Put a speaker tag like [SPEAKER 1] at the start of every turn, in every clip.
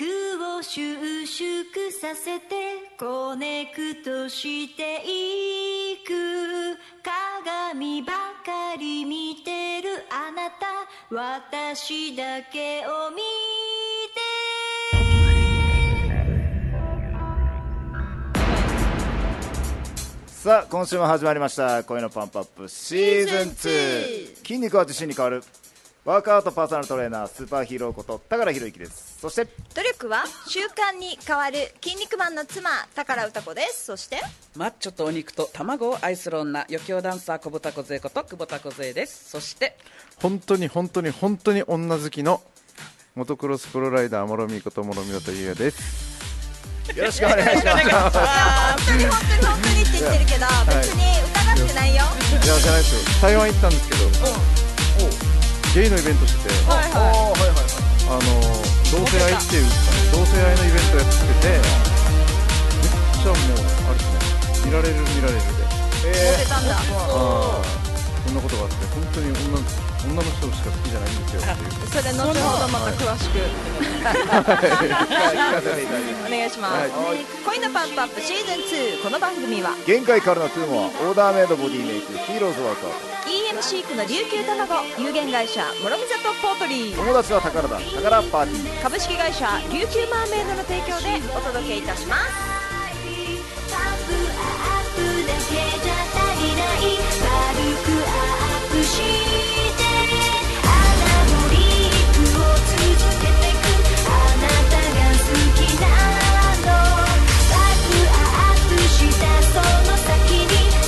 [SPEAKER 1] を収縮させてコネクトしていく鏡ばかり見てるあなた私だけを見て
[SPEAKER 2] さあ今週も始まりました「声のパンプアップシーズン2」筋肉は自信に変わるワークアウトパーソナルトレーナースーパーヒーローこと高良博之ですそして
[SPEAKER 3] 努力は習慣に変わる筋肉マンの妻宝歌子ですそして
[SPEAKER 4] マッチョとお肉と卵を愛する女余興ダンサー小豚小杖こと久保田小杖ですそして
[SPEAKER 5] 本当に本当に本当に女好きのモトクロスプロライダー諸見こと諸見とゆうやです
[SPEAKER 2] よろしくお願いし
[SPEAKER 3] 本
[SPEAKER 2] ますよ
[SPEAKER 3] 当に本当に本当にって言ってるけど別に疑ってないよ
[SPEAKER 5] いやじゃないですよ台湾行ったんですけど、ゲイのイベントしてて、
[SPEAKER 3] はいは
[SPEAKER 5] あの同性愛っていう同性愛のイベントやっててめっちゃもうあれですね見られる見られるで
[SPEAKER 3] い出てたんだ
[SPEAKER 5] そんなことがあって本当に女の女の人しか好きじゃないんですよっていう
[SPEAKER 3] それ後ほどまた詳しくお願いします恋のパンプアップシーズン2この番組は
[SPEAKER 2] 限界からのトゥーモアオーダーメイドボディメイクヒーローズワークアウ
[SPEAKER 3] EM 飼育の琉球卵有限会社諸見里ポートリー
[SPEAKER 2] ト友達は宝だ宝パーティー
[SPEAKER 3] 株式会社琉球マーメイドの提供でお届けいたします
[SPEAKER 1] パップアップだけじゃ足りないパーティーアップ軽くアップしてアナボリックを続けてくあなたが好きなのパップアップしたその先に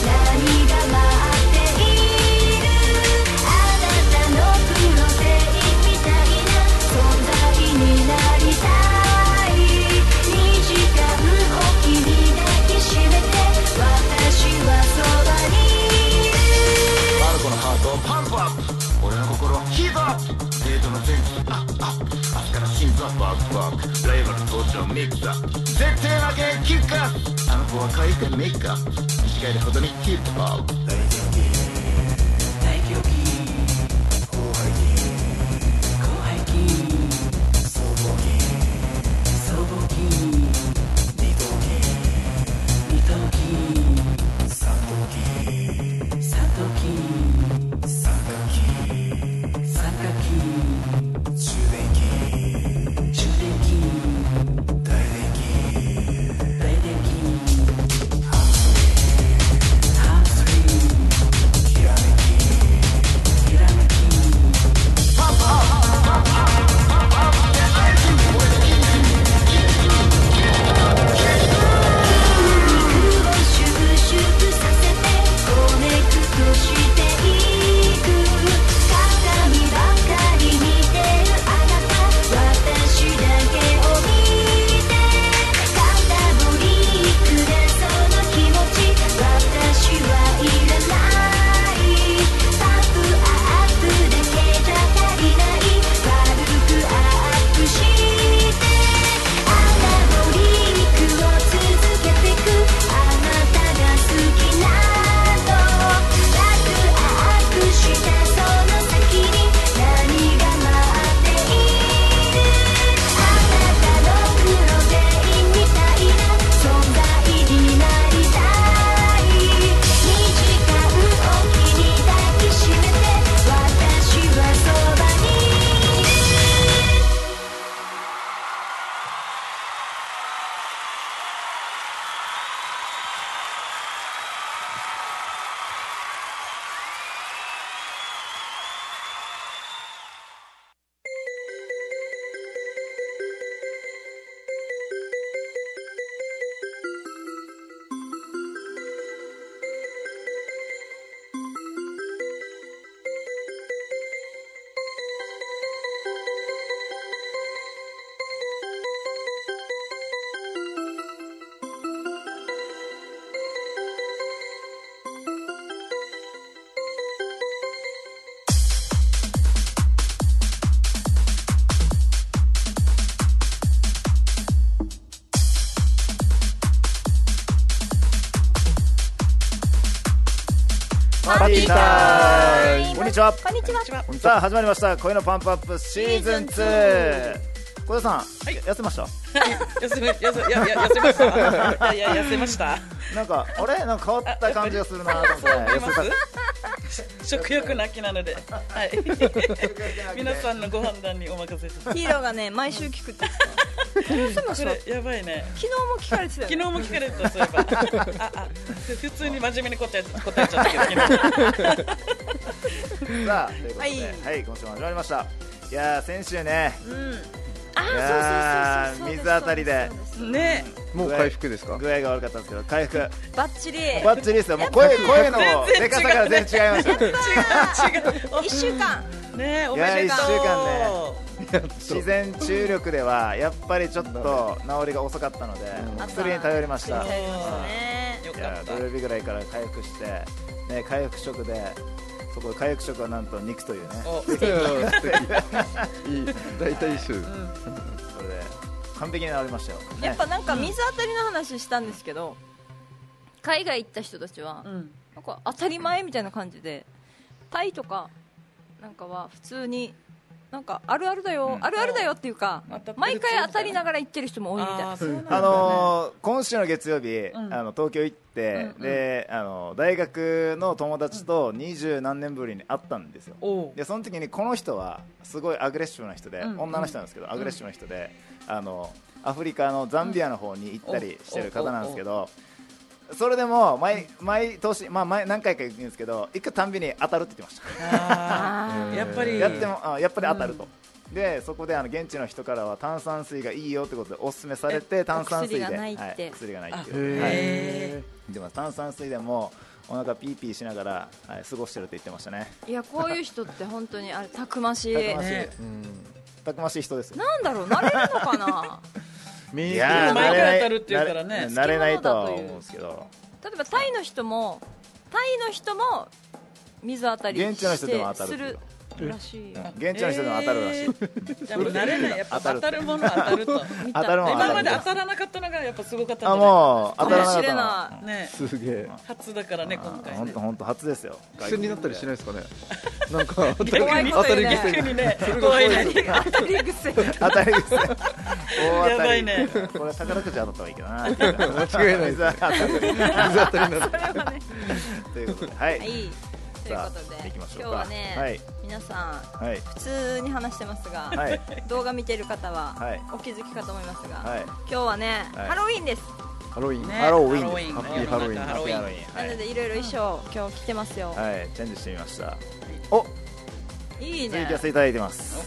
[SPEAKER 1] 何が待っているあなたのプロテインみたいな存在になりたい2時間おきに抱きしめて私はそばにいる
[SPEAKER 6] マルコのハートをパンプアップ俺の心はヒートアップデートのセンスアップアップ明日から心臓バックバックライバル登場ミックスアップ絶対負けんキックアップあの子は可愛くてメイクアップ短いほどにヒップアップ
[SPEAKER 1] 「収縮させてコネクトしていく」「鏡ばかり見てるあなた」「私だけを見て」「肩ブリックでその気持ち」「私はいらない」「パップアップだけじゃ足りない」「軽くアップして」「アナボリックを続けてく」「あなたが好きなの」「ワクワクしたその先に何が待っている」「あなたのプロテインみたいな存在になりたい」「2時間おきに抱きしめて私はそばにいる」
[SPEAKER 2] パーティータイムこんにちは
[SPEAKER 3] こんにちは
[SPEAKER 2] さあ始まりました「声のパンプアップシーズン2」小田さん、
[SPEAKER 4] い
[SPEAKER 2] や痩せました
[SPEAKER 4] 痩せまやせやや痩せました。いやいや痩せました。
[SPEAKER 2] なんかあれなんか変わった感じがするなと思って
[SPEAKER 4] 見え
[SPEAKER 2] 痩
[SPEAKER 4] ま
[SPEAKER 2] せた
[SPEAKER 4] す？食欲の秋なので、はい。皆さんのご判断にお任せします。
[SPEAKER 3] ヒーローが ね毎週聞くって
[SPEAKER 4] これやばいね。
[SPEAKER 3] 昨日も聞かれてたよ、
[SPEAKER 4] 昨
[SPEAKER 3] ね、
[SPEAKER 4] 日も聞かれてたそうい えば。ああふ普通に真面目に答え答えちゃったけど昨日。
[SPEAKER 2] さあということで、は
[SPEAKER 3] はいい
[SPEAKER 2] 今週も始まりましたいやー先週ね
[SPEAKER 3] うん
[SPEAKER 2] い
[SPEAKER 3] あ
[SPEAKER 2] や
[SPEAKER 3] あ
[SPEAKER 2] ー
[SPEAKER 3] そうそうそうそうです
[SPEAKER 2] 水当たりで
[SPEAKER 3] そうすそう
[SPEAKER 4] ね
[SPEAKER 5] もう回復ですか
[SPEAKER 2] 具合が悪かったんですけど回復
[SPEAKER 3] すバッチリ
[SPEAKER 2] バッチリですよもう声声の
[SPEAKER 4] 全然違う
[SPEAKER 2] でかさから全然違いました
[SPEAKER 3] 一週間
[SPEAKER 4] ねお
[SPEAKER 2] いや
[SPEAKER 4] めで
[SPEAKER 2] 一
[SPEAKER 4] と
[SPEAKER 2] 週
[SPEAKER 4] う。
[SPEAKER 2] 間自然注力ではやっぱりちょっと治りが遅かったので薬に頼りました
[SPEAKER 3] やりましたね
[SPEAKER 4] よ
[SPEAKER 2] い
[SPEAKER 4] か
[SPEAKER 2] や
[SPEAKER 4] った
[SPEAKER 2] 土。曜日ぐらいから回復して、ね、回復食でそこで回復食はなんと肉というね
[SPEAKER 4] お
[SPEAKER 5] いや素敵 いい大体一緒です
[SPEAKER 2] それで完璧に治りましたよ、ね、
[SPEAKER 7] やっぱなんか水当たりの話したんですけど、海外行った人たちは、
[SPEAKER 4] うん。
[SPEAKER 7] なんか当たり前みたいな感じでパイとかなんかは普通になんかあるあるだよ、あるあるだよっていうか
[SPEAKER 4] 当たってる
[SPEAKER 7] 毎回当たりながら行ってる人も多いみたい
[SPEAKER 4] あ
[SPEAKER 7] な
[SPEAKER 4] あそうなんだね
[SPEAKER 2] あのー今週の月曜日、
[SPEAKER 4] ん
[SPEAKER 2] あの東京行って、であの大学の友達と二十何年ぶりに会ったんですよ、
[SPEAKER 4] おう
[SPEAKER 2] でその時にこの人はすごいアグレッシブな人で、
[SPEAKER 4] うん
[SPEAKER 2] 女の人なんですけど、アグレッシブな人であのアフリカのザンビアの方に行ったりしてる方なんですけど、それでも毎毎年、まあ、毎何回か行くんですけど行くたんびに当たるって言ってまし
[SPEAKER 4] あーやっぱ
[SPEAKER 2] た
[SPEAKER 4] り
[SPEAKER 2] やってもあやっぱり当たると。でそこであの現地の人からは炭酸水がいいよってことでおすすめされて炭酸水で
[SPEAKER 7] お薬がないって
[SPEAKER 2] はい、薬がないって
[SPEAKER 4] あ
[SPEAKER 2] いう、はい、
[SPEAKER 4] へ
[SPEAKER 2] でも炭酸水でもお腹ピーピーしながら、はい、過ごしてるって言ってましたね
[SPEAKER 7] いやこういう人って本当にあれたくましい
[SPEAKER 2] たくましい、
[SPEAKER 4] ね
[SPEAKER 2] たくましい人ですよ
[SPEAKER 7] なんだろう慣れるのかな
[SPEAKER 5] み
[SPEAKER 2] い
[SPEAKER 5] んな
[SPEAKER 2] やー
[SPEAKER 4] 毎
[SPEAKER 2] 慣
[SPEAKER 4] 回
[SPEAKER 2] れない
[SPEAKER 4] 当たるって言うからね
[SPEAKER 2] 慣れないとは
[SPEAKER 7] 好きなものだと
[SPEAKER 2] 思う
[SPEAKER 7] いうん
[SPEAKER 2] ですけど
[SPEAKER 7] 例えばタイの人もタイの人も水当たりして
[SPEAKER 2] 現地の人でも当た
[SPEAKER 7] す
[SPEAKER 2] る
[SPEAKER 7] るらしいよ
[SPEAKER 4] え
[SPEAKER 2] 現地の人でも当たるらしい、
[SPEAKER 4] いじゃあもう慣れないやっぱ当たるものは当たると
[SPEAKER 7] 見
[SPEAKER 2] 当たるもん
[SPEAKER 4] 今
[SPEAKER 2] 当た
[SPEAKER 4] ま
[SPEAKER 2] る
[SPEAKER 4] で当たらなかったのがやっぱすごかった
[SPEAKER 2] あ
[SPEAKER 4] んじゃな
[SPEAKER 2] もう当たらなか
[SPEAKER 7] かもし
[SPEAKER 2] っ
[SPEAKER 7] れ
[SPEAKER 2] た
[SPEAKER 7] ない
[SPEAKER 4] ね
[SPEAKER 5] すげえ
[SPEAKER 4] 初だからね今回
[SPEAKER 2] 本
[SPEAKER 4] ね
[SPEAKER 2] 当本当初ですよ
[SPEAKER 5] 癖になったりしないですかね なんか当た
[SPEAKER 4] 逆
[SPEAKER 5] り
[SPEAKER 4] に
[SPEAKER 5] 当たり
[SPEAKER 4] 逆に
[SPEAKER 5] 癖
[SPEAKER 4] ね怖いね
[SPEAKER 7] い当たり癖
[SPEAKER 2] 当たりですよ大当
[SPEAKER 4] や
[SPEAKER 2] た
[SPEAKER 4] ば
[SPEAKER 2] り
[SPEAKER 4] いね
[SPEAKER 2] これ宝くじ当たった方がいいかなっていう
[SPEAKER 5] 間違いない です
[SPEAKER 2] 水当たり
[SPEAKER 5] 当たりになる
[SPEAKER 2] ということではい、
[SPEAKER 7] はい、という
[SPEAKER 2] さ
[SPEAKER 7] こと
[SPEAKER 2] あ
[SPEAKER 7] で
[SPEAKER 2] 行きま
[SPEAKER 7] 今
[SPEAKER 2] しょう
[SPEAKER 7] 日
[SPEAKER 2] か
[SPEAKER 7] はね、
[SPEAKER 2] はい
[SPEAKER 7] 皆さん
[SPEAKER 2] はい
[SPEAKER 7] 普通に話してますが、
[SPEAKER 2] はい
[SPEAKER 7] 動画見てる方は
[SPEAKER 2] はい
[SPEAKER 7] お気づきかと思いますが、
[SPEAKER 2] はい
[SPEAKER 7] 今日はね、
[SPEAKER 2] はい
[SPEAKER 7] ハロウィンです、
[SPEAKER 5] ハロウィン
[SPEAKER 2] ハロウィンです
[SPEAKER 4] ハロウ
[SPEAKER 5] ハッピーハロウィン
[SPEAKER 4] 世の中ハ
[SPEAKER 2] ハ
[SPEAKER 4] ロ
[SPEAKER 2] ッピーハロ
[SPEAKER 4] ウィン
[SPEAKER 2] ウィンはい
[SPEAKER 7] なのでいろいろ衣装今日着てますよ、
[SPEAKER 2] はい、チェンジしてみましたお
[SPEAKER 7] いい
[SPEAKER 2] ツイ
[SPEAKER 7] ね
[SPEAKER 2] キャスいただいてます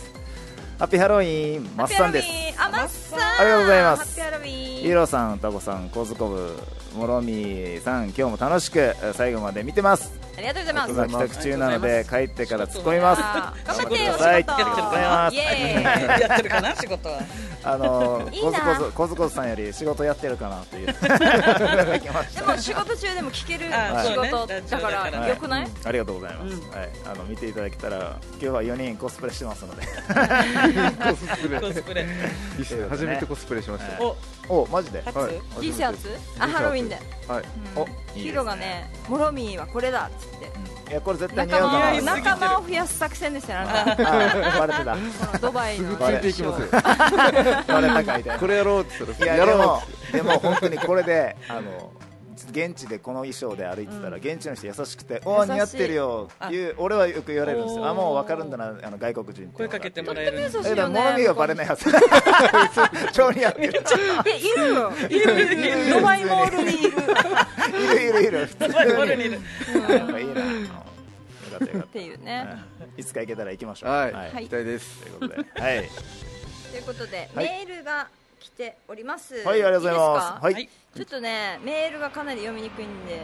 [SPEAKER 2] ハッピーハロウィンマッサンです
[SPEAKER 7] ハッピーハロウィンあマッサン
[SPEAKER 2] ありがとうございます
[SPEAKER 7] ハッピーハロウィン
[SPEAKER 2] ヒーローさん、歌子さん、コズコブ、モロミさん、今日も楽しくえー最後まで見てます。
[SPEAKER 7] ありがとうございます
[SPEAKER 2] 僕は帰宅中なの
[SPEAKER 4] あり
[SPEAKER 2] で帰ってから突っ込みます。
[SPEAKER 7] あー頑張ってお仕
[SPEAKER 2] 頑
[SPEAKER 7] 事
[SPEAKER 2] 張ってくださいありがとうございます
[SPEAKER 7] イエ
[SPEAKER 4] やってるかな仕事は
[SPEAKER 2] あの
[SPEAKER 7] い
[SPEAKER 2] ー、
[SPEAKER 7] い
[SPEAKER 2] コズ
[SPEAKER 7] な
[SPEAKER 2] コズコズコズさんより仕事やってるかな という。
[SPEAKER 7] ーイでも仕事中でも聞ける
[SPEAKER 4] あ
[SPEAKER 7] 仕
[SPEAKER 4] そうね
[SPEAKER 7] 事
[SPEAKER 4] ラジ
[SPEAKER 7] だ
[SPEAKER 4] オだ
[SPEAKER 7] か
[SPEAKER 4] から
[SPEAKER 7] らよくない、
[SPEAKER 2] ありがとうございます。はい、あの見ていただけたら今日は4人コスプレしてますので。
[SPEAKER 5] コスプレ
[SPEAKER 4] コスプレ
[SPEAKER 5] いいっすね初めてコスプレしました
[SPEAKER 4] お
[SPEAKER 2] お、マジで。
[SPEAKER 4] 初
[SPEAKER 5] はい
[SPEAKER 7] 人生初あハロウィンで、
[SPEAKER 5] はい
[SPEAKER 7] うん
[SPEAKER 2] お、いいですね
[SPEAKER 7] ヒーローが。ねモロミーはこれだっつって
[SPEAKER 2] いやこれ絶対似合
[SPEAKER 7] 仲
[SPEAKER 2] う
[SPEAKER 7] 間
[SPEAKER 2] か
[SPEAKER 7] を
[SPEAKER 2] な。
[SPEAKER 7] 仲間を増やす作戦ですよあなた
[SPEAKER 2] あバレてた。
[SPEAKER 7] このドバイの
[SPEAKER 5] ついていきますよ
[SPEAKER 2] バレたかいたいな。
[SPEAKER 5] これやろうって言っ
[SPEAKER 2] い
[SPEAKER 5] たら
[SPEAKER 2] や
[SPEAKER 5] や
[SPEAKER 2] で
[SPEAKER 5] ろ
[SPEAKER 2] もでも本当にこれであの現地でこの衣装で歩いてたら、現地の人優しくておお
[SPEAKER 7] 優しい
[SPEAKER 2] 似合ってるよっていう俺はよく言われるんですよ
[SPEAKER 4] おー
[SPEAKER 2] あもう分かるんだなあの外国人
[SPEAKER 4] 声かけてもら
[SPEAKER 2] え
[SPEAKER 4] える
[SPEAKER 7] 優し
[SPEAKER 2] だ
[SPEAKER 7] い
[SPEAKER 2] から
[SPEAKER 7] よね
[SPEAKER 2] 物見がバレないはず超似合ってる
[SPEAKER 7] えいるよいるドバイモールにいる
[SPEAKER 2] いるいるいる普通に
[SPEAKER 4] バルにいる
[SPEAKER 2] やっぱいいなうんよかったよかっ
[SPEAKER 7] っていう
[SPEAKER 2] た、
[SPEAKER 7] ね
[SPEAKER 2] はい、いつか行けたら行きまし
[SPEAKER 5] う
[SPEAKER 2] ょう
[SPEAKER 5] はい
[SPEAKER 2] と
[SPEAKER 5] 行
[SPEAKER 2] い
[SPEAKER 5] きたいです
[SPEAKER 2] うことではい、
[SPEAKER 7] ということで、
[SPEAKER 2] はい
[SPEAKER 7] メールが来ております
[SPEAKER 2] はい、ありがとうございます
[SPEAKER 7] いいですか
[SPEAKER 2] はい、
[SPEAKER 4] はい
[SPEAKER 7] ちょっとねメールがかなり読みにくいんで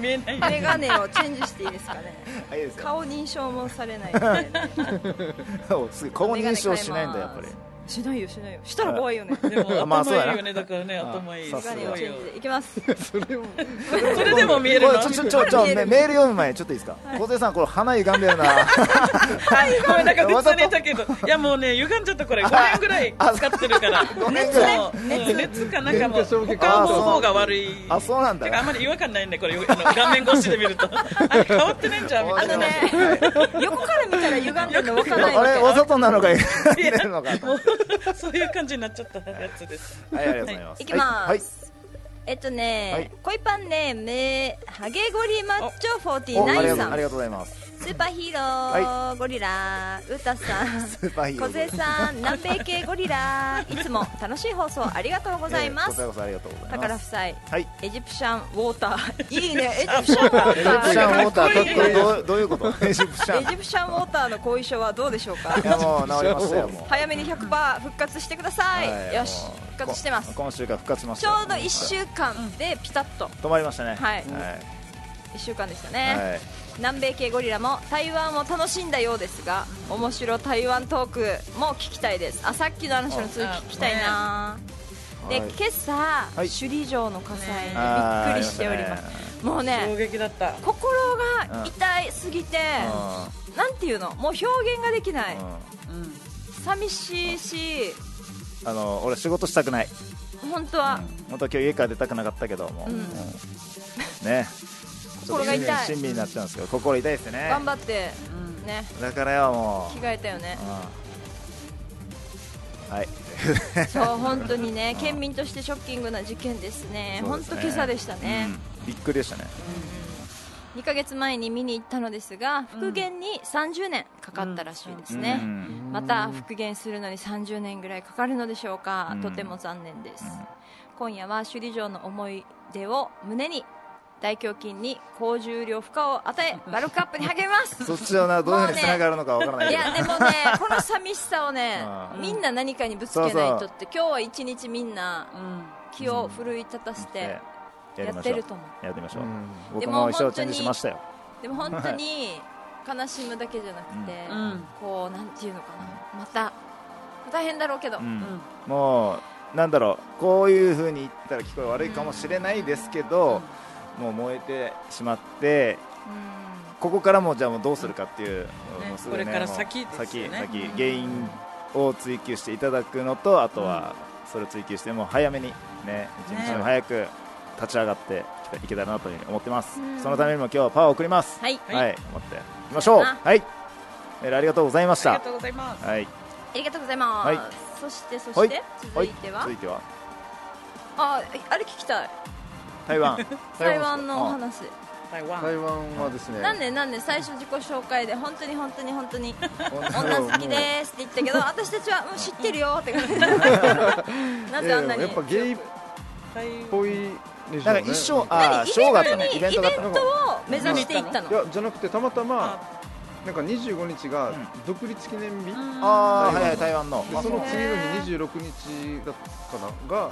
[SPEAKER 4] 見えない
[SPEAKER 7] メガネをチェンジしていいですかね
[SPEAKER 2] あいいですよ
[SPEAKER 7] 顔認証もされないので、ね、
[SPEAKER 2] おすごい 顔認証しないんだやっぱり
[SPEAKER 7] しないよしないよしたら怖いよね
[SPEAKER 4] でも
[SPEAKER 2] まあそう
[SPEAKER 4] 頭
[SPEAKER 2] や
[SPEAKER 4] い
[SPEAKER 2] ない
[SPEAKER 4] よねだからね頭いい
[SPEAKER 2] さす
[SPEAKER 4] す
[SPEAKER 2] が
[SPEAKER 7] メガネ
[SPEAKER 4] ご
[SPEAKER 7] を
[SPEAKER 4] い
[SPEAKER 7] チェ
[SPEAKER 4] よ
[SPEAKER 7] ンジでいきます
[SPEAKER 4] それでも見えるの
[SPEAKER 2] おいちょちょちょちょメメール読む前にちょっといいですか小杉さんこれ鼻歪んでるな
[SPEAKER 4] はいごめんなんか普通にいたけどいやもうね歪んじゃったこれ5年ぐらい使ってるから
[SPEAKER 2] ごめん
[SPEAKER 4] 熱もうん熱かなんかもう他の方が悪い
[SPEAKER 2] あそうなんだ
[SPEAKER 4] てかあんまり違和感ないねこれあの画面越しで見るとあれ変わってないんじゃんみた
[SPEAKER 7] あ
[SPEAKER 4] いな
[SPEAKER 7] のね横から見たら歪んでるの分かんない
[SPEAKER 2] あれわざとなのか見てるのか
[SPEAKER 4] もう そういう感じになっちゃったやつです。
[SPEAKER 2] はい、ありがとうございます。
[SPEAKER 7] いきます、
[SPEAKER 2] はい。
[SPEAKER 7] えっとね、
[SPEAKER 2] はい
[SPEAKER 7] 恋パンネームハゲゴリマッチョ
[SPEAKER 2] おありが
[SPEAKER 7] 49
[SPEAKER 2] と
[SPEAKER 7] さ
[SPEAKER 2] うあ
[SPEAKER 7] ん
[SPEAKER 2] りがとうございます。
[SPEAKER 7] スーパーヒーロー、
[SPEAKER 2] は
[SPEAKER 7] ゴリラウタさん
[SPEAKER 2] スーパーヒーロ
[SPEAKER 7] 小
[SPEAKER 2] ー
[SPEAKER 7] 杉さん南米系ゴリラいつも楽しい放送ありがとうございま
[SPEAKER 2] えーこ
[SPEAKER 7] す
[SPEAKER 2] ちらこそありがとうござい
[SPEAKER 7] 宝
[SPEAKER 2] ま
[SPEAKER 7] 夫
[SPEAKER 2] す。
[SPEAKER 7] 妻
[SPEAKER 2] はい。
[SPEAKER 7] エジプシャンウォータ ーいい ねエジプシャンウォータ
[SPEAKER 2] エジプシャン
[SPEAKER 7] ー
[SPEAKER 2] ウォーターかっこいいどうどういうこと？エジプシャン。
[SPEAKER 7] エジプシャンウォーターの後遺症はどうでしょうか
[SPEAKER 2] いやもう治りましたよもう。
[SPEAKER 7] 早めに100%復活してください、
[SPEAKER 2] はい
[SPEAKER 7] よし
[SPEAKER 2] もう
[SPEAKER 7] 復活してます
[SPEAKER 2] こ今週から復活しまし
[SPEAKER 7] ち
[SPEAKER 2] た
[SPEAKER 7] ょ
[SPEAKER 2] よ。
[SPEAKER 7] うど1週間でピタッと
[SPEAKER 2] 止まりましたね。
[SPEAKER 7] はい
[SPEAKER 2] は
[SPEAKER 7] 1週間でした
[SPEAKER 2] い
[SPEAKER 7] ね、
[SPEAKER 2] はい。
[SPEAKER 7] 南米系ゴリラも台湾を楽しんだようですが面白台湾トークも聞きたいですあさっきの話の続き聞きたいな、で、
[SPEAKER 2] はい
[SPEAKER 7] 今朝、
[SPEAKER 2] はい
[SPEAKER 7] 首里城の火災に
[SPEAKER 4] ね
[SPEAKER 2] あー
[SPEAKER 7] びっくりしております
[SPEAKER 2] ありま
[SPEAKER 7] もう
[SPEAKER 4] 衝
[SPEAKER 7] ね
[SPEAKER 4] 撃だった。
[SPEAKER 7] 心が痛いすぎて、なんていうのもう表現ができない、
[SPEAKER 2] うんうん
[SPEAKER 4] うん。
[SPEAKER 7] 寂しいし
[SPEAKER 2] あの俺仕事したくない。
[SPEAKER 7] 本当は、
[SPEAKER 2] 本当は今日家から出たくなかったけども
[SPEAKER 7] う
[SPEAKER 2] う、
[SPEAKER 7] ん
[SPEAKER 2] うんね
[SPEAKER 7] 心が痛い
[SPEAKER 2] ちょっと親身になっちゃうんですけど心痛いですね
[SPEAKER 7] 頑張って
[SPEAKER 4] うん
[SPEAKER 7] ね
[SPEAKER 2] だからよも
[SPEAKER 7] 着替えたよね
[SPEAKER 2] う、うんはい
[SPEAKER 7] そう本当にね県民としてショッキングな事件ですね
[SPEAKER 2] そう
[SPEAKER 7] 本
[SPEAKER 2] です
[SPEAKER 7] 当今朝でしたね、
[SPEAKER 2] うんびっくりでしたね
[SPEAKER 7] 2ヶ月前に見に行ったのですが復元に30年かかったらしいですね、
[SPEAKER 2] うん
[SPEAKER 7] また復元するのに30年ぐらいかかるのでしょうか、
[SPEAKER 2] うん
[SPEAKER 7] とても残念です、今夜は首里城の思い出を胸に大胸筋に高重量負荷を 与えバルクアップに励ます
[SPEAKER 2] そっちはなどういうふう
[SPEAKER 7] も
[SPEAKER 2] に
[SPEAKER 7] うね
[SPEAKER 2] つながるのかわからない
[SPEAKER 7] い
[SPEAKER 2] けど
[SPEAKER 7] やでも ね、この寂しさをね
[SPEAKER 2] う、ん
[SPEAKER 7] みんな何かにぶつけないとって、今日は一日みんな
[SPEAKER 4] うん。
[SPEAKER 7] 気を奮い立たせて
[SPEAKER 2] ねやり
[SPEAKER 7] やっ
[SPEAKER 2] ましてょう
[SPEAKER 7] ると思う、
[SPEAKER 2] やってみましょう、
[SPEAKER 5] うん
[SPEAKER 2] 僕
[SPEAKER 7] で
[SPEAKER 2] も
[SPEAKER 7] も
[SPEAKER 2] 一生チェンジしましたよ
[SPEAKER 7] でも本当に悲しむだけじゃなくて、
[SPEAKER 4] うんうん
[SPEAKER 7] こうなんていうのかな、また大変だろうけど、
[SPEAKER 2] う
[SPEAKER 4] うんん。
[SPEAKER 2] もうなんだろうこういう風に言ったら聞こえ悪いかもしれないですけど、もう燃えてしまって
[SPEAKER 7] う
[SPEAKER 2] ここからもじゃあもうどうするかっていう、
[SPEAKER 4] ね
[SPEAKER 2] もうす
[SPEAKER 4] こ
[SPEAKER 2] ぐ
[SPEAKER 4] れから
[SPEAKER 2] もう
[SPEAKER 4] 先ですよ
[SPEAKER 2] 先
[SPEAKER 4] ね
[SPEAKER 2] 先原因を追求していただくのとあとはそれを追求してもう早めにね一日でも早く立ち上がっていけたらなというふうに思ってます、
[SPEAKER 7] うん
[SPEAKER 2] そのためにも今日はパワーを送ります
[SPEAKER 7] はい
[SPEAKER 2] はい、思っていきましょ
[SPEAKER 7] そ
[SPEAKER 2] う
[SPEAKER 7] うだな
[SPEAKER 2] はいメールありがとうございまし
[SPEAKER 4] あり
[SPEAKER 2] た
[SPEAKER 4] がとうございます。
[SPEAKER 2] はい
[SPEAKER 7] ありがとうございます、
[SPEAKER 2] はい
[SPEAKER 7] そしてそ
[SPEAKER 2] は
[SPEAKER 7] し
[SPEAKER 2] い
[SPEAKER 7] て、続いては、
[SPEAKER 2] 続いては
[SPEAKER 7] ああれ聞きたい
[SPEAKER 2] 台湾
[SPEAKER 7] 台湾のお
[SPEAKER 2] うん
[SPEAKER 7] 話
[SPEAKER 4] 台湾。
[SPEAKER 5] 台湾はですね
[SPEAKER 7] なんでなんで最初自己紹介で本当に本当に本当に女
[SPEAKER 5] 女
[SPEAKER 7] 好きですって言ったけど私たちはうん知ってるよって感じなぜあんなに
[SPEAKER 5] やっぱゲイっ
[SPEAKER 4] 台
[SPEAKER 5] ぽいでしょ
[SPEAKER 2] なか
[SPEAKER 5] うんね
[SPEAKER 2] 一生あ
[SPEAKER 7] 何
[SPEAKER 2] あ
[SPEAKER 7] イ
[SPEAKER 2] ショーがあっ
[SPEAKER 7] ベ
[SPEAKER 2] た
[SPEAKER 7] ン
[SPEAKER 2] ね
[SPEAKER 7] トに
[SPEAKER 2] イ
[SPEAKER 7] イ
[SPEAKER 2] ベ
[SPEAKER 7] ベ
[SPEAKER 2] ン
[SPEAKER 7] ン
[SPEAKER 2] ト
[SPEAKER 7] ト
[SPEAKER 2] があったね
[SPEAKER 7] を目指していったの
[SPEAKER 5] いやじゃなくてたまたま
[SPEAKER 4] あ
[SPEAKER 5] なんか25日が独立記念日、で
[SPEAKER 2] ああはいはい台湾の
[SPEAKER 5] その次の
[SPEAKER 7] へー
[SPEAKER 5] 日26日だったかなが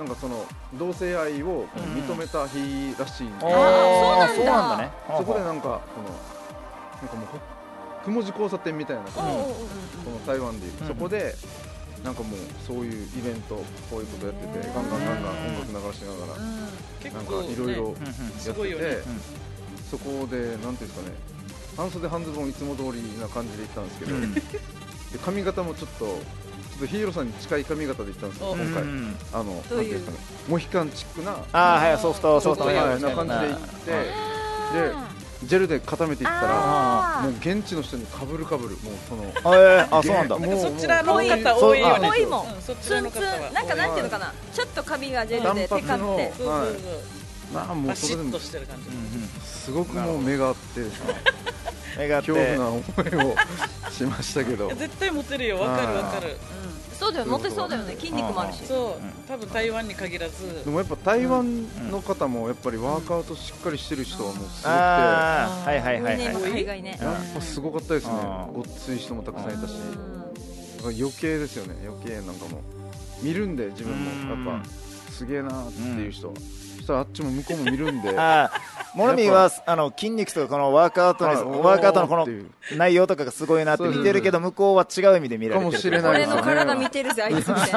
[SPEAKER 5] なんかその同性愛を認めた日らしいんで、
[SPEAKER 2] あ
[SPEAKER 7] あー
[SPEAKER 2] ー
[SPEAKER 7] そうなんだ
[SPEAKER 2] そうなんだね
[SPEAKER 5] そこでなんかこのなんかもうほくも字交差点みたいな
[SPEAKER 7] お
[SPEAKER 5] こ
[SPEAKER 7] うおうおう
[SPEAKER 5] の台湾でいう、
[SPEAKER 2] うん
[SPEAKER 5] そこでなんかもうそういうイベントこういうことやっててガンガンガンガン音楽流しながら
[SPEAKER 4] うん。結
[SPEAKER 5] なん
[SPEAKER 4] 構
[SPEAKER 5] かいろ
[SPEAKER 4] ね。
[SPEAKER 5] いろ
[SPEAKER 2] うんうん
[SPEAKER 5] や
[SPEAKER 4] す
[SPEAKER 5] っ
[SPEAKER 4] ごい
[SPEAKER 5] て
[SPEAKER 4] よ
[SPEAKER 5] て
[SPEAKER 4] ね。
[SPEAKER 5] そこでなんていうんですかね半袖半ズボンいつも通りな感じで行ったんですけど、で髪型もちょっとちょっとヒーローさんに近い髪型で行ったんですよ
[SPEAKER 4] お
[SPEAKER 5] 今回、
[SPEAKER 2] うん
[SPEAKER 5] あのなんて
[SPEAKER 7] どう
[SPEAKER 5] い
[SPEAKER 7] いう
[SPEAKER 5] うんですかねモヒカンチックな
[SPEAKER 2] あーはいソフトソフト
[SPEAKER 5] はい
[SPEAKER 2] や
[SPEAKER 5] な
[SPEAKER 2] りましたよ
[SPEAKER 5] 感
[SPEAKER 2] ね
[SPEAKER 5] じで行ってでジェルで固めていったら
[SPEAKER 2] あ
[SPEAKER 5] もう
[SPEAKER 7] あ
[SPEAKER 5] 現地の人にかぶるかぶるもうその
[SPEAKER 2] あえーあそうなんだ
[SPEAKER 5] も
[SPEAKER 4] そちらの
[SPEAKER 5] も
[SPEAKER 4] 方
[SPEAKER 5] う
[SPEAKER 4] 々多いよね。
[SPEAKER 7] 多いもん
[SPEAKER 4] うんそち
[SPEAKER 7] ツ
[SPEAKER 4] ら
[SPEAKER 7] ン
[SPEAKER 4] の
[SPEAKER 7] ツ
[SPEAKER 4] 方は。
[SPEAKER 7] ンなんかなんていうのかなちょっと髪がジェルでテカっ
[SPEAKER 5] 単発の
[SPEAKER 7] て
[SPEAKER 4] そうそうそう。
[SPEAKER 5] まあも
[SPEAKER 4] バ
[SPEAKER 5] うそ
[SPEAKER 4] シ
[SPEAKER 5] れで
[SPEAKER 4] ッ
[SPEAKER 5] も
[SPEAKER 4] としてる感じ。
[SPEAKER 5] すごくもう目があって
[SPEAKER 2] 目があって
[SPEAKER 5] 恐怖な思いをしましたけど
[SPEAKER 4] いや絶対モテるよ。わかるわかる。
[SPEAKER 7] そうだよモテそうだよね筋肉もあるし
[SPEAKER 4] うん。そう。多分台湾に限らず。
[SPEAKER 5] でもやっぱ台湾の方もやっぱりワークアウトしっかりしてる人はもうすごくてや
[SPEAKER 2] あーはいはいはい
[SPEAKER 7] ね
[SPEAKER 2] はい
[SPEAKER 7] 海外ね
[SPEAKER 5] っぱすごかったですね
[SPEAKER 2] あー
[SPEAKER 5] ごっつい人もたくさんいたし余計ですよね余計なんかもう見るんで自分もやっぱすげえなーっていう人はそしたらあっちも向こうも見るんで
[SPEAKER 2] あーモロミーはあの筋肉とかこのワークアウトの、
[SPEAKER 5] はい
[SPEAKER 2] ワークアウトのこ
[SPEAKER 5] おーってい
[SPEAKER 2] の内容とかがすごいなって見てるけど向こうは違う意味で見られてる
[SPEAKER 5] かもしれない
[SPEAKER 7] 俺
[SPEAKER 5] です
[SPEAKER 7] の
[SPEAKER 5] よ
[SPEAKER 7] 体見
[SPEAKER 5] ね
[SPEAKER 7] てるぜあいつみたい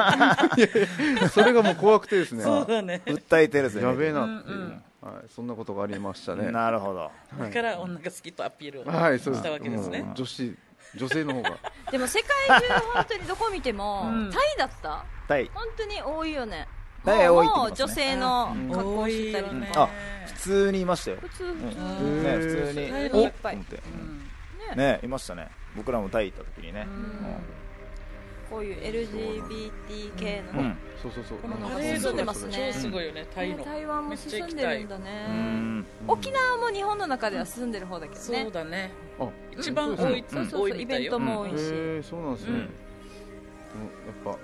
[SPEAKER 7] な
[SPEAKER 5] それがもう怖くてですね
[SPEAKER 4] そうだね。
[SPEAKER 2] 訴えてるぜ
[SPEAKER 5] やべえ
[SPEAKER 2] な、
[SPEAKER 5] なっていうはいそんなことがありましたね
[SPEAKER 2] なるほど
[SPEAKER 4] だから女が好きとアピールを
[SPEAKER 5] はいそう
[SPEAKER 4] したわけですね
[SPEAKER 5] もう。女子女性の方が
[SPEAKER 7] でも世界中本当にどこ見ても
[SPEAKER 4] うん
[SPEAKER 7] タイだった
[SPEAKER 2] タイ
[SPEAKER 7] 本当に多いよね
[SPEAKER 2] タイ
[SPEAKER 7] も
[SPEAKER 2] 多
[SPEAKER 7] う
[SPEAKER 2] いって
[SPEAKER 7] も
[SPEAKER 2] 言
[SPEAKER 7] う
[SPEAKER 2] っ
[SPEAKER 7] 女
[SPEAKER 2] てますね
[SPEAKER 7] 性の格好
[SPEAKER 4] 多
[SPEAKER 7] を
[SPEAKER 4] い
[SPEAKER 7] してたり
[SPEAKER 4] よ
[SPEAKER 7] と
[SPEAKER 4] ね。
[SPEAKER 7] か
[SPEAKER 2] あ普通にいましたよ、
[SPEAKER 7] 普通
[SPEAKER 5] ん
[SPEAKER 2] ね、普通に
[SPEAKER 4] へー
[SPEAKER 2] お
[SPEAKER 4] い
[SPEAKER 2] っ
[SPEAKER 4] っ
[SPEAKER 2] と
[SPEAKER 7] ぱい
[SPEAKER 2] 思ってねいましたね僕らもタイ行った時にね、うん
[SPEAKER 7] こういう LGBTK
[SPEAKER 2] う
[SPEAKER 7] の、
[SPEAKER 2] ん
[SPEAKER 5] そうそうそう
[SPEAKER 4] この
[SPEAKER 7] なん
[SPEAKER 4] パ
[SPEAKER 7] か
[SPEAKER 4] レード
[SPEAKER 7] 進んで
[SPEAKER 4] と
[SPEAKER 7] ま
[SPEAKER 4] か
[SPEAKER 7] す
[SPEAKER 4] 超
[SPEAKER 7] ね
[SPEAKER 4] すごいよね、タイの。
[SPEAKER 7] 台湾も進んでるんだね
[SPEAKER 2] うん
[SPEAKER 7] 沖縄も日本の中では進んでる方だけど
[SPEAKER 4] そ
[SPEAKER 7] ね
[SPEAKER 4] うだね。
[SPEAKER 5] あ
[SPEAKER 4] 一番
[SPEAKER 5] そう
[SPEAKER 4] 多
[SPEAKER 5] で
[SPEAKER 4] い、
[SPEAKER 5] す
[SPEAKER 7] そうそ
[SPEAKER 4] 多
[SPEAKER 7] う
[SPEAKER 4] い
[SPEAKER 7] そうイ
[SPEAKER 4] みた
[SPEAKER 7] ベ
[SPEAKER 4] い
[SPEAKER 7] ント
[SPEAKER 4] よ。
[SPEAKER 7] も多いし、
[SPEAKER 5] へえそうなんですね、
[SPEAKER 4] うん
[SPEAKER 5] でもやっぱ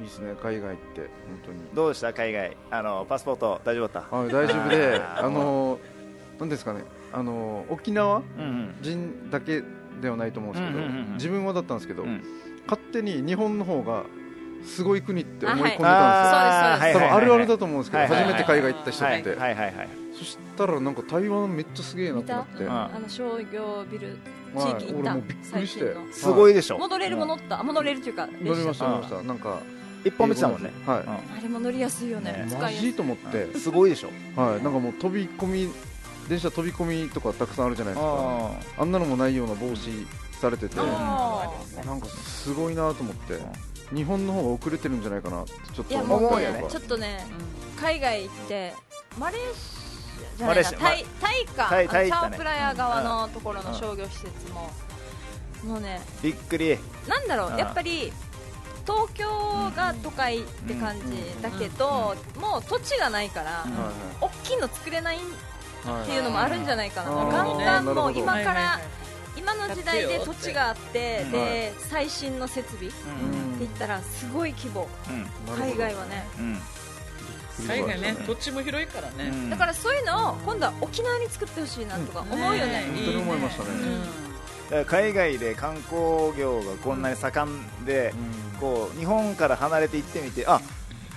[SPEAKER 5] いいですね海外って本当に
[SPEAKER 2] どうでした海外あのパスポート大丈夫だった
[SPEAKER 5] あ大丈夫で
[SPEAKER 2] あー
[SPEAKER 5] あの何ですかねあの沖縄
[SPEAKER 2] うん
[SPEAKER 5] 人だけではないと思うんですけど、
[SPEAKER 2] うんうんうんうん
[SPEAKER 5] 自分はだったんですけど、
[SPEAKER 2] うん
[SPEAKER 5] 勝手に日本の方がすごい国って思い込んでたんですよ、
[SPEAKER 2] あー
[SPEAKER 7] そうです
[SPEAKER 5] 多分あるあるだ
[SPEAKER 2] と
[SPEAKER 5] と思うんですけど、
[SPEAKER 2] はいはいはい
[SPEAKER 5] 初めて海外行った人って、
[SPEAKER 2] はいはいはい
[SPEAKER 5] そしたらなんか台湾めっちゃすげえなと思って、
[SPEAKER 7] 見
[SPEAKER 2] た
[SPEAKER 5] は
[SPEAKER 2] あ
[SPEAKER 7] あの商業ビル
[SPEAKER 5] い
[SPEAKER 7] 地域行っ
[SPEAKER 5] 俺
[SPEAKER 7] た
[SPEAKER 5] もびっくりして
[SPEAKER 7] 最近の
[SPEAKER 2] すごい
[SPEAKER 5] は
[SPEAKER 2] でしょ
[SPEAKER 7] モノレールも乗ったあモノレールっていうか
[SPEAKER 5] い乗りました
[SPEAKER 2] うん
[SPEAKER 5] 乗りましたなんか
[SPEAKER 2] 一本道だもんね
[SPEAKER 5] はい、
[SPEAKER 7] あれも乗りやすいよね
[SPEAKER 2] ね
[SPEAKER 5] マ
[SPEAKER 7] 使いやす
[SPEAKER 5] ジ
[SPEAKER 7] い
[SPEAKER 5] と思って、
[SPEAKER 2] うんすごいでしょ
[SPEAKER 5] はい、なんかもう飛び込み電車飛び込みとかたくさんあるじゃないですか
[SPEAKER 2] あ
[SPEAKER 5] あんなのもないような帽子されててな
[SPEAKER 7] あ
[SPEAKER 5] んかすごいなと思って日本の方が遅れてるんじゃないかなってちょ
[SPEAKER 7] ーい
[SPEAKER 5] っと
[SPEAKER 7] や
[SPEAKER 5] 思
[SPEAKER 7] も
[SPEAKER 5] っ
[SPEAKER 7] う
[SPEAKER 5] て
[SPEAKER 7] ね
[SPEAKER 2] 思うよね
[SPEAKER 7] ちょっとね海外行ってマレーシアじゃ
[SPEAKER 2] マ
[SPEAKER 7] な
[SPEAKER 2] レ
[SPEAKER 7] い
[SPEAKER 2] ーシ
[SPEAKER 7] な
[SPEAKER 2] ア
[SPEAKER 7] タイタイか
[SPEAKER 2] タイ
[SPEAKER 7] あの
[SPEAKER 2] タイ
[SPEAKER 7] チ
[SPEAKER 2] 行
[SPEAKER 7] ャ
[SPEAKER 2] った
[SPEAKER 7] オ
[SPEAKER 2] ね
[SPEAKER 7] プラヤ側のところの商業施設ももうね
[SPEAKER 2] びっくり
[SPEAKER 7] なんだろ
[SPEAKER 2] うん
[SPEAKER 7] うやっぱり東京が都会って感じだけどもう土地がないから
[SPEAKER 2] うん
[SPEAKER 5] は
[SPEAKER 7] 大きいの作れない
[SPEAKER 5] いはい
[SPEAKER 7] っていうのもあるんじゃないかな、
[SPEAKER 5] あー
[SPEAKER 7] ガンガンもう今
[SPEAKER 4] はい
[SPEAKER 7] か
[SPEAKER 4] はいは
[SPEAKER 7] ら
[SPEAKER 4] い
[SPEAKER 7] 今の時代で土地があって
[SPEAKER 2] うん
[SPEAKER 7] で最新の設備って
[SPEAKER 5] うん
[SPEAKER 7] 言ったらすごい規模
[SPEAKER 5] なるほど
[SPEAKER 7] 海外はね
[SPEAKER 2] うん
[SPEAKER 4] 海外ね、土地も広いから
[SPEAKER 2] う
[SPEAKER 4] ね。
[SPEAKER 2] ん
[SPEAKER 7] だからそういうのを今度は沖縄に作ってほしいなとか思うよね
[SPEAKER 5] 本当に思いましたね
[SPEAKER 2] だから海外で観光業がこんなに盛んでこう日本から離れて行ってみてあ